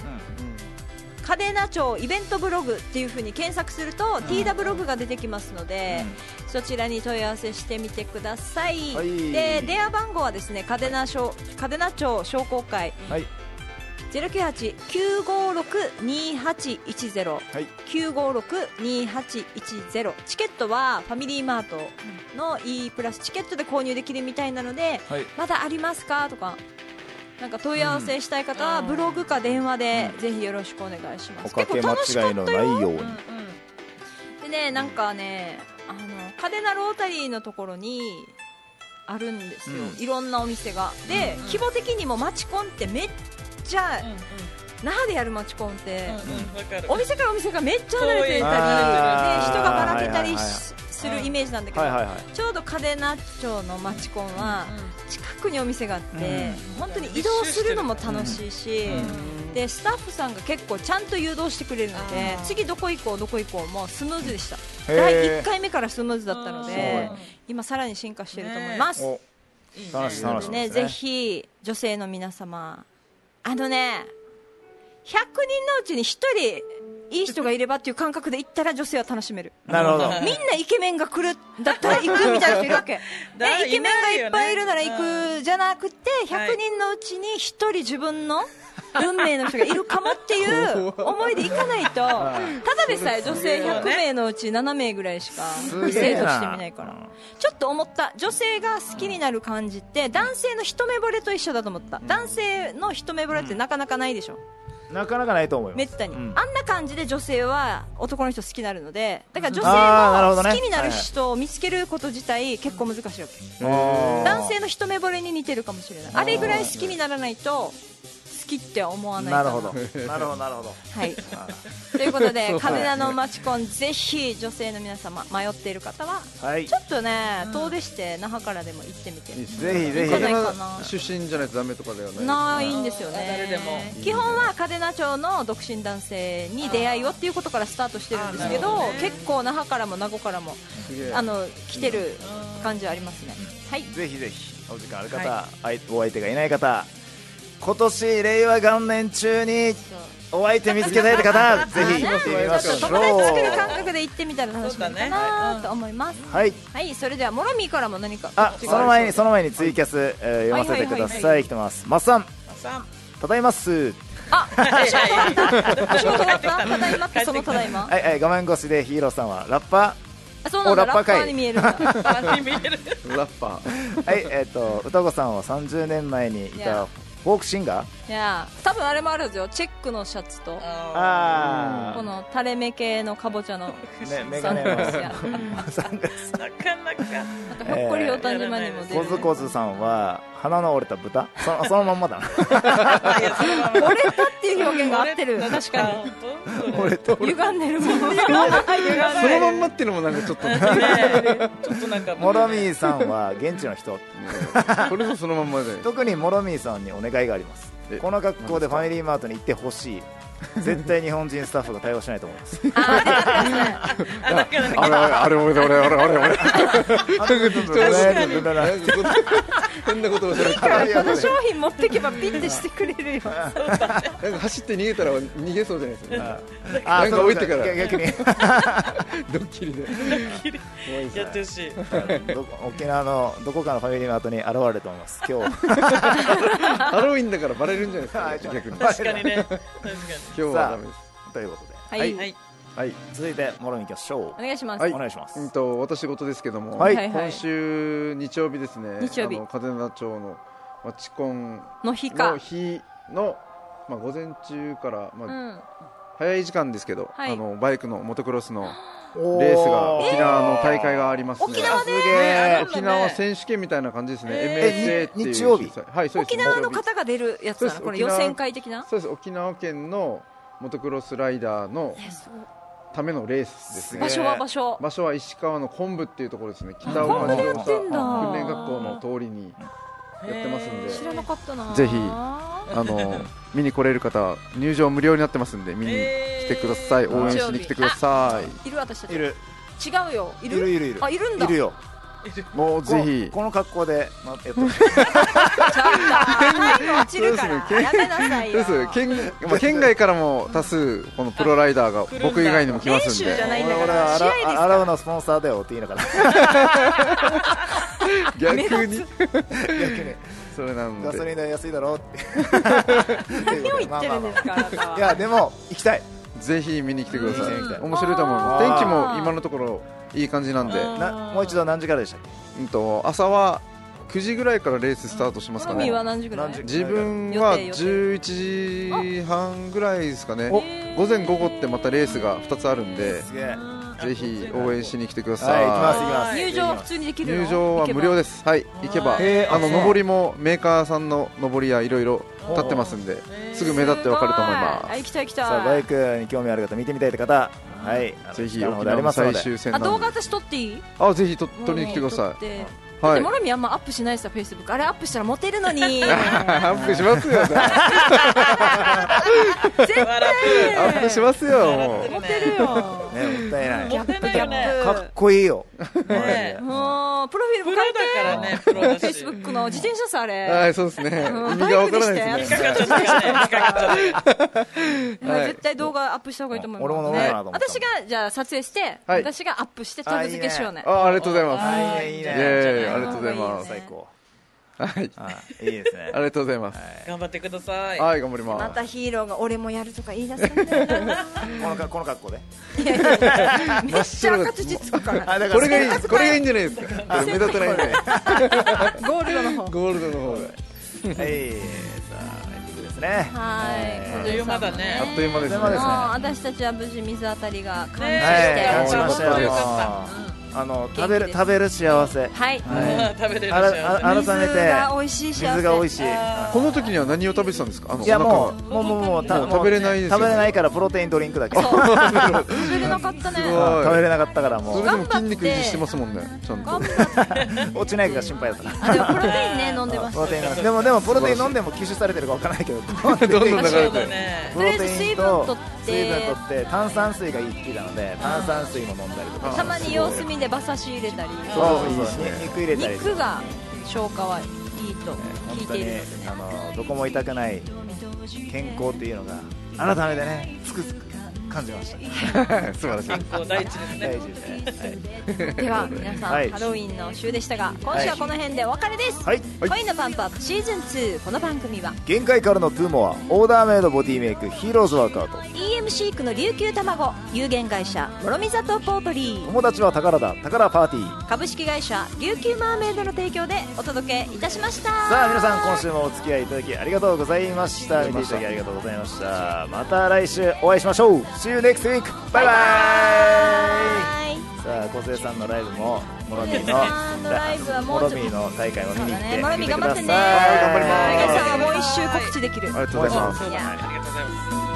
[SPEAKER 7] 嘉手納町イベントブログっていう風に検索すると TW ブログが出てきますので、そちらに問い合わせしてみてください、
[SPEAKER 2] はい
[SPEAKER 7] で電話番号はですね嘉手納商嘉手納町商工会
[SPEAKER 2] はい
[SPEAKER 7] 098-956-2810 956-2810
[SPEAKER 2] はい
[SPEAKER 7] チケットはファミリーマートの E プラスチケットで購入できるみたいなので、
[SPEAKER 2] はい
[SPEAKER 7] まだありますかとかなんか問い合わせしたい方はブログか電話でぜひよろしくお願いしま
[SPEAKER 2] お
[SPEAKER 7] す、
[SPEAKER 2] かけ
[SPEAKER 7] 結構楽しかっ
[SPEAKER 2] 間違いの
[SPEAKER 7] た
[SPEAKER 2] ない
[SPEAKER 7] よ
[SPEAKER 2] ように
[SPEAKER 7] でねなんかねあの嘉手納ロータリーのところにあるんですよ、
[SPEAKER 2] う
[SPEAKER 7] いろんなお店がで、規模的にも町コンってめっちゃ、那覇でやる町コンって、お店からお店がめっちゃ離れてたりで人
[SPEAKER 2] あー
[SPEAKER 7] がばらけた
[SPEAKER 2] はい
[SPEAKER 7] り
[SPEAKER 2] はいはい
[SPEAKER 7] しするイメージなんだけど、
[SPEAKER 2] はいはいはい
[SPEAKER 7] ちょうど嘉手納町の町コンは近くにお店があって、本当に移動するのも楽しいし、でスタッフさんが結構ちゃんと誘導してくれるので次どこ行こうどこ行こうもスムーズでした
[SPEAKER 2] へー
[SPEAKER 7] 第1回目からスムーズだったので
[SPEAKER 2] あー
[SPEAKER 7] 今さらに進化してると思います、
[SPEAKER 2] お楽しい楽しい
[SPEAKER 7] ね、ぜひ女性の皆様あのね100人のうちに1人いい人がいればっていう感覚で行ったら女性は楽しめる
[SPEAKER 2] なるほど
[SPEAKER 7] みんなイケメンが来るんだったら行くみたいな人いるわけ
[SPEAKER 4] だから
[SPEAKER 7] でイケメンがいっぱいいるなら
[SPEAKER 4] いないよね
[SPEAKER 7] 行くじゃなくて100人のうちに1人自分の運命の人がいるかもっていう思いで行かないとただでさえ女性100名のうち7名ぐらいしか異性として見ないからちょっと思った女性が好きになる感じって男性の一目惚れと一緒だと思った男性の一目惚れってなかなかないでしょ
[SPEAKER 2] なかなかないと思います
[SPEAKER 7] めったに、
[SPEAKER 2] うん
[SPEAKER 7] あんな感じで女性は男の人好きになるのでだから
[SPEAKER 2] あーなる
[SPEAKER 7] 女性
[SPEAKER 2] ほ
[SPEAKER 7] の
[SPEAKER 2] ど
[SPEAKER 7] 好
[SPEAKER 2] ね
[SPEAKER 7] きになる人を見つけること自体結構難しいわけ、
[SPEAKER 2] あー
[SPEAKER 7] 男性の一目惚れに似てるかもしれないあれぐらい好きにならないと好きって思わない
[SPEAKER 2] な
[SPEAKER 7] か
[SPEAKER 2] る
[SPEAKER 7] な
[SPEAKER 2] ほどなるほどなるほど
[SPEAKER 7] はい、ということでカメラのマチコンぜひ女性の皆様迷っている方 は
[SPEAKER 2] はい
[SPEAKER 7] ちょっとね遠出して那覇からでも行ってみて
[SPEAKER 5] いいっすね
[SPEAKER 2] ぜひぜ
[SPEAKER 5] 嘉
[SPEAKER 2] ひ
[SPEAKER 5] 手
[SPEAKER 7] 行かないかな
[SPEAKER 5] 納出身じゃないとダメとかではな
[SPEAKER 7] な
[SPEAKER 5] い
[SPEAKER 7] いんですよね
[SPEAKER 4] 誰でも
[SPEAKER 7] 基本は嘉手納町の独身男性に出会いをっていうことからスタートしてるんですけど結構那覇からも名護からも
[SPEAKER 5] すげえ
[SPEAKER 7] あの来てる感じはありますねはい
[SPEAKER 2] ぜひぜひお時間ある方、相お相手がいない方今年令和元年中にお相手見つけたいって 方ぜひ行ってみまし
[SPEAKER 7] ちょっと
[SPEAKER 2] ょ
[SPEAKER 7] 友達作る
[SPEAKER 2] う
[SPEAKER 7] 感覚で行ってみたら楽しいかなと思います、
[SPEAKER 2] はい
[SPEAKER 7] はいそれではモロミーからも何か
[SPEAKER 2] あ
[SPEAKER 7] 告知
[SPEAKER 2] そ
[SPEAKER 7] が
[SPEAKER 2] の前にその前にツイキャス、えー
[SPEAKER 7] はい
[SPEAKER 2] 読ませてください、
[SPEAKER 7] はいはい
[SPEAKER 2] 来てますマスさんただいます
[SPEAKER 7] あ仕事終わった仕事終わったただいまってそのただいま
[SPEAKER 2] はい、はい、画面越しでヒーローさんはラッパ
[SPEAKER 7] あそうなんだ
[SPEAKER 2] お
[SPEAKER 7] ラ
[SPEAKER 2] ラ
[SPEAKER 7] ッ
[SPEAKER 2] ッパ
[SPEAKER 7] パ
[SPEAKER 2] ーかい
[SPEAKER 7] ーに見えるんだ
[SPEAKER 5] ラッパー
[SPEAKER 2] ーはいえっ、と歌子さんは30年前にい
[SPEAKER 7] い
[SPEAKER 2] た
[SPEAKER 7] や
[SPEAKER 2] フォークシンガー
[SPEAKER 7] いやー多分あれもあるんですよチェックのシャツと
[SPEAKER 2] あ
[SPEAKER 7] この垂れ目系のかぼちゃの
[SPEAKER 2] あねメ
[SPEAKER 7] サ
[SPEAKER 2] ガ
[SPEAKER 7] ン
[SPEAKER 2] ネ
[SPEAKER 7] グ
[SPEAKER 2] の
[SPEAKER 7] ラスや
[SPEAKER 4] なかなか
[SPEAKER 7] なんかひょっこりおたじまにも出
[SPEAKER 2] コ
[SPEAKER 7] る、
[SPEAKER 2] ズコズさんは鼻の折れた 豚そのそのまんまだな
[SPEAKER 7] 折れたっていう表現が合ってる確かに
[SPEAKER 2] 折れた
[SPEAKER 7] 歪んでるもんね
[SPEAKER 5] そのまんまっていうのもなんかちょっと ね
[SPEAKER 4] ちょっとなんか
[SPEAKER 2] モロミーさんは現地の人
[SPEAKER 5] これぞそのまんまで
[SPEAKER 2] 特にモロミーさんにお願いがあります
[SPEAKER 5] え
[SPEAKER 2] この格好でファミリーマートに行ってほしい絶対日本人スタッフが対応しないと思います
[SPEAKER 5] あれあれ俺だ俺俺俺俺こんなことをしゃべった
[SPEAKER 7] こ
[SPEAKER 5] ら
[SPEAKER 7] の商品持ってけばピッてしてくれるよ
[SPEAKER 5] なんか走って逃げたら逃げそうじゃないですか
[SPEAKER 2] あ
[SPEAKER 5] なんか置いてから
[SPEAKER 2] そう逆 に
[SPEAKER 5] ドッキリで
[SPEAKER 4] やってほしい
[SPEAKER 2] どこ沖縄のどこかのファミリーマートに現れると思い ます今日
[SPEAKER 5] ハロウィンだからバレるんじゃないですか逆に今
[SPEAKER 4] 確かにね確かに
[SPEAKER 5] 日はダメです
[SPEAKER 2] ということ
[SPEAKER 7] はい、
[SPEAKER 4] はい
[SPEAKER 5] はい
[SPEAKER 2] で続いてモロミー行きましょう
[SPEAKER 7] お願いします、
[SPEAKER 5] はい
[SPEAKER 2] お願いします
[SPEAKER 5] うんと私事ですけども、
[SPEAKER 2] はい
[SPEAKER 7] はいはい
[SPEAKER 5] 今週日曜日ですね
[SPEAKER 7] 日曜日
[SPEAKER 5] あの嘉手納町のマチコン
[SPEAKER 7] の日か
[SPEAKER 5] の日の、まあ、午前中から、
[SPEAKER 7] う
[SPEAKER 5] まあ
[SPEAKER 7] ん、
[SPEAKER 5] 早い時間ですけど、
[SPEAKER 7] はい
[SPEAKER 5] あのバイクのモトクロスの
[SPEAKER 2] お
[SPEAKER 5] レースが沖縄の大会がありますね。
[SPEAKER 7] 沖縄
[SPEAKER 2] す
[SPEAKER 7] で
[SPEAKER 2] げ
[SPEAKER 4] ね
[SPEAKER 2] え
[SPEAKER 5] 沖縄選手権みたいな感じですね。
[SPEAKER 2] え
[SPEAKER 5] MSA っていう
[SPEAKER 2] に日曜日
[SPEAKER 5] 主催はい、そうです。
[SPEAKER 7] 沖縄の
[SPEAKER 5] 日曜日
[SPEAKER 7] 方が出るやつ
[SPEAKER 5] そう
[SPEAKER 7] な
[SPEAKER 5] で
[SPEAKER 7] の
[SPEAKER 5] す
[SPEAKER 7] この
[SPEAKER 5] 沖
[SPEAKER 7] 予
[SPEAKER 5] 縄
[SPEAKER 7] 選会的な
[SPEAKER 5] そうです。沖縄県のモトクロスライダーのためのレースです
[SPEAKER 2] え
[SPEAKER 7] 場
[SPEAKER 5] ね。
[SPEAKER 7] 所は場所
[SPEAKER 5] 場所は石川の昆布っていうところですね。北
[SPEAKER 2] 昆
[SPEAKER 5] 岡
[SPEAKER 2] 布
[SPEAKER 5] 自
[SPEAKER 2] で
[SPEAKER 5] 動
[SPEAKER 2] や
[SPEAKER 5] 車
[SPEAKER 2] って
[SPEAKER 7] んだ
[SPEAKER 5] 訓練学校の通りにやってますんで。
[SPEAKER 7] 知らなかったな
[SPEAKER 5] ぜひあの見に来れる方入場無料になってますんで見に来てください、
[SPEAKER 4] えー
[SPEAKER 5] 応援しに来てください
[SPEAKER 7] いる私たち
[SPEAKER 2] いる
[SPEAKER 7] 違うよい
[SPEAKER 2] い
[SPEAKER 7] る
[SPEAKER 2] るいるいる
[SPEAKER 7] あいるんだ
[SPEAKER 2] いるよ
[SPEAKER 5] もうぜひ
[SPEAKER 2] ここの格好で、まえ っと、
[SPEAKER 7] 落ちるから
[SPEAKER 5] そうです
[SPEAKER 7] やめなさい
[SPEAKER 5] そう
[SPEAKER 7] よ
[SPEAKER 5] です県まあ県外からも多数このプロライダーが
[SPEAKER 4] 来るんだ
[SPEAKER 5] 僕以外にも来ますん
[SPEAKER 7] 練習
[SPEAKER 5] で
[SPEAKER 7] じゃないんだ
[SPEAKER 2] 俺
[SPEAKER 7] から
[SPEAKER 2] は
[SPEAKER 7] 試合です
[SPEAKER 2] 洗洗うのスポンサーだよっていいのかな
[SPEAKER 5] 逆に
[SPEAKER 2] 逆に
[SPEAKER 5] それなん
[SPEAKER 2] ガソリ
[SPEAKER 5] で
[SPEAKER 2] ン代安いだろって
[SPEAKER 7] 何を 言ってるんですかあなた
[SPEAKER 2] い
[SPEAKER 7] は
[SPEAKER 2] やでも行きたい
[SPEAKER 5] ぜひ見に来てください
[SPEAKER 2] 見に来て
[SPEAKER 5] 面白いと思います
[SPEAKER 2] あー
[SPEAKER 5] 天気も今のところいい感じなんで、
[SPEAKER 2] なもう一度何時からでしたっ
[SPEAKER 5] うん、と朝は9時ぐらいからレーススタートしますか
[SPEAKER 7] 好
[SPEAKER 5] ね
[SPEAKER 7] みは何時ぐらい
[SPEAKER 2] 何時
[SPEAKER 5] 自分は
[SPEAKER 7] 予定
[SPEAKER 5] 11時半ぐらいですかね
[SPEAKER 2] お
[SPEAKER 5] 午前午後ってまたレースが2つあるん
[SPEAKER 2] け
[SPEAKER 5] です
[SPEAKER 2] げえはい
[SPEAKER 5] ぜひ応援しに来てくださ
[SPEAKER 2] 行き
[SPEAKER 5] い。
[SPEAKER 2] ます行きます
[SPEAKER 7] 入場は普通にできるの
[SPEAKER 5] 入場は無料
[SPEAKER 7] で
[SPEAKER 5] です。はい、行けば、
[SPEAKER 2] へー
[SPEAKER 5] あの
[SPEAKER 2] あそう
[SPEAKER 5] 上りもメーカーさんの上りやいろいろ立ってますんで、すぐ目立ってわかると思いま
[SPEAKER 7] 行きたい行き
[SPEAKER 2] さあバ
[SPEAKER 7] た
[SPEAKER 2] イ
[SPEAKER 7] い
[SPEAKER 2] クに興味ある方見てみたいって方はいあの
[SPEAKER 5] す。ぜひ
[SPEAKER 2] 下の方
[SPEAKER 5] 沖
[SPEAKER 2] であ
[SPEAKER 5] 縄
[SPEAKER 2] り
[SPEAKER 5] の
[SPEAKER 2] ますの
[SPEAKER 5] 最
[SPEAKER 2] で
[SPEAKER 5] 終戦な
[SPEAKER 7] あ
[SPEAKER 5] んで
[SPEAKER 7] 動画私撮っていい
[SPEAKER 5] あぜひと撮りに来てくださ
[SPEAKER 7] い
[SPEAKER 5] い。はい。
[SPEAKER 7] モラミあんまアップしないさフェイスブックあれアップしたらモテる のに
[SPEAKER 5] アップしますよ。
[SPEAKER 4] 笑って
[SPEAKER 5] アップしますよ。もう
[SPEAKER 4] る
[SPEAKER 7] モテるよ
[SPEAKER 2] ねもったいない
[SPEAKER 4] モテないよね
[SPEAKER 2] かっこいいよ
[SPEAKER 4] ねえ
[SPEAKER 7] もうプロフィー
[SPEAKER 4] プ
[SPEAKER 7] ル
[SPEAKER 4] ロ
[SPEAKER 7] も書
[SPEAKER 4] だ
[SPEAKER 7] いて
[SPEAKER 4] からねプロだ
[SPEAKER 7] フェイ
[SPEAKER 4] し
[SPEAKER 7] スブックの自転車さあ
[SPEAKER 5] は
[SPEAKER 7] れ
[SPEAKER 5] い、そうですね。意
[SPEAKER 7] うん
[SPEAKER 5] 味がわからないです
[SPEAKER 4] 引っ
[SPEAKER 5] ね。
[SPEAKER 4] かかっちゃったよね引っかかっちゃったよ
[SPEAKER 5] はい
[SPEAKER 7] 絶対動画アップした方がいいと思います
[SPEAKER 2] 俺も飲もうかなと思った
[SPEAKER 7] 私がじゃあ撮影して
[SPEAKER 5] はい
[SPEAKER 7] 私がアップしてタグ付けしようね
[SPEAKER 5] あ、ありがとうございます。
[SPEAKER 2] はいいいね
[SPEAKER 5] イエーイありがとうございま
[SPEAKER 2] 最高
[SPEAKER 5] す。はい、あ
[SPEAKER 2] はいいいですね
[SPEAKER 5] りがとうございます。
[SPEAKER 4] 頑張ってください
[SPEAKER 5] はい、頑張り
[SPEAKER 7] ま
[SPEAKER 5] ま
[SPEAKER 7] たヒーローが俺もやるとか言い出すん だよな
[SPEAKER 2] このか この格好で
[SPEAKER 7] めっちゃ赤土つくから
[SPEAKER 2] あだ
[SPEAKER 5] す。これがいいです。これがいいんじゃないですか。これ目立たないんで。
[SPEAKER 7] ゴールドの方
[SPEAKER 5] ゴールドの方で。
[SPEAKER 2] はいさあエンディングですね
[SPEAKER 7] はい
[SPEAKER 4] 余裕まだね
[SPEAKER 5] あっという間ですね。
[SPEAKER 2] そうですね
[SPEAKER 7] もう私たちは無事水当たりが完治し
[SPEAKER 2] はい、
[SPEAKER 7] て
[SPEAKER 2] 感じましたよ。
[SPEAKER 4] よ
[SPEAKER 2] も
[SPEAKER 4] か
[SPEAKER 2] うあの
[SPEAKER 7] 元気
[SPEAKER 2] 食べ
[SPEAKER 7] で
[SPEAKER 2] る
[SPEAKER 7] す
[SPEAKER 2] 食べる幸せ。
[SPEAKER 7] はい
[SPEAKER 2] は
[SPEAKER 4] 食べれ
[SPEAKER 2] い。
[SPEAKER 4] る
[SPEAKER 2] あらあ
[SPEAKER 4] 幸
[SPEAKER 2] 改め
[SPEAKER 7] 水が美
[SPEAKER 2] て
[SPEAKER 7] 味しい幸せ
[SPEAKER 2] 水が美味
[SPEAKER 7] し
[SPEAKER 2] しい。
[SPEAKER 5] この時には何を食べてたんですかあの
[SPEAKER 2] いや
[SPEAKER 5] お腹
[SPEAKER 2] も
[SPEAKER 5] は
[SPEAKER 2] うもうもうもうた
[SPEAKER 5] もう食べれないですよ
[SPEAKER 2] 食
[SPEAKER 5] ね
[SPEAKER 2] べれないからプロテインドリンクだけ。食
[SPEAKER 7] 食べれなかったね
[SPEAKER 5] すごい
[SPEAKER 2] べれなかったからも
[SPEAKER 5] それ
[SPEAKER 2] う
[SPEAKER 5] でも筋肉維持してますもんねちゃん
[SPEAKER 7] 頑
[SPEAKER 5] と
[SPEAKER 7] 張って
[SPEAKER 2] 落ちないかが心配だった か
[SPEAKER 7] あでも
[SPEAKER 2] ら。
[SPEAKER 7] プロテインね飲んでまし
[SPEAKER 2] プ
[SPEAKER 7] た
[SPEAKER 2] ロテインがでもでもプロテイン飲んでも吸収されてるかわからないけ ど。プ
[SPEAKER 5] どんどん
[SPEAKER 4] せ
[SPEAKER 5] 流
[SPEAKER 4] そ
[SPEAKER 5] れ
[SPEAKER 4] うだ
[SPEAKER 5] て
[SPEAKER 4] ね
[SPEAKER 2] ロ
[SPEAKER 7] と
[SPEAKER 2] テインと
[SPEAKER 7] りあえず水分取って
[SPEAKER 2] 水分取って炭酸水がいいってなので炭酸水も飲んだりとか。
[SPEAKER 7] たまに様子見で馬刺し入れたり
[SPEAKER 2] そうそうそうに肉入れたりとか。
[SPEAKER 7] 肉が消化はいいと聞
[SPEAKER 2] 本
[SPEAKER 7] い
[SPEAKER 2] 当
[SPEAKER 7] てい
[SPEAKER 2] に
[SPEAKER 7] る
[SPEAKER 2] あのどこも痛くない健康っていうのが改めてねつくづく感じました
[SPEAKER 5] 素晴らしい
[SPEAKER 4] 健康第一ですね
[SPEAKER 2] 大事ですね
[SPEAKER 7] では皆さん、
[SPEAKER 2] はい
[SPEAKER 7] ハロウィンの週でしたが今週はこの辺でお別れです、
[SPEAKER 2] はい、はい、
[SPEAKER 7] 恋のパンプアップシーズン2この番組は
[SPEAKER 2] 限界からのトゥーモアオーダーメイドボディメイクヒーローズワークアウト
[SPEAKER 7] EM シークの琉球卵有限会社諸見里ポートリー
[SPEAKER 2] 友達は宝だ宝パーティー
[SPEAKER 7] 株式会社琉球マーメイドの提供でお届けいたしました
[SPEAKER 2] さあ皆さん今週もお付き合いいただきありがとうございました見ていただきありがとうございましたまた来週お会いしましょう See you next week バイバイ
[SPEAKER 7] はい
[SPEAKER 2] さあ梢さんのライブもモロミ
[SPEAKER 7] 梢
[SPEAKER 2] ー
[SPEAKER 7] さんのライブは
[SPEAKER 2] の
[SPEAKER 7] もう
[SPEAKER 2] モ
[SPEAKER 7] ちょっ
[SPEAKER 2] ロ
[SPEAKER 7] と
[SPEAKER 2] ミーの大会も見に行っ
[SPEAKER 7] ね、
[SPEAKER 2] て
[SPEAKER 7] まろ
[SPEAKER 2] 見
[SPEAKER 7] み
[SPEAKER 2] て
[SPEAKER 7] 頑張
[SPEAKER 2] くだ
[SPEAKER 7] って
[SPEAKER 2] さい
[SPEAKER 7] ね
[SPEAKER 2] 頑張ります
[SPEAKER 7] 皆さんはもう一周告知できる
[SPEAKER 5] ありがとうございます
[SPEAKER 4] ありがとうございます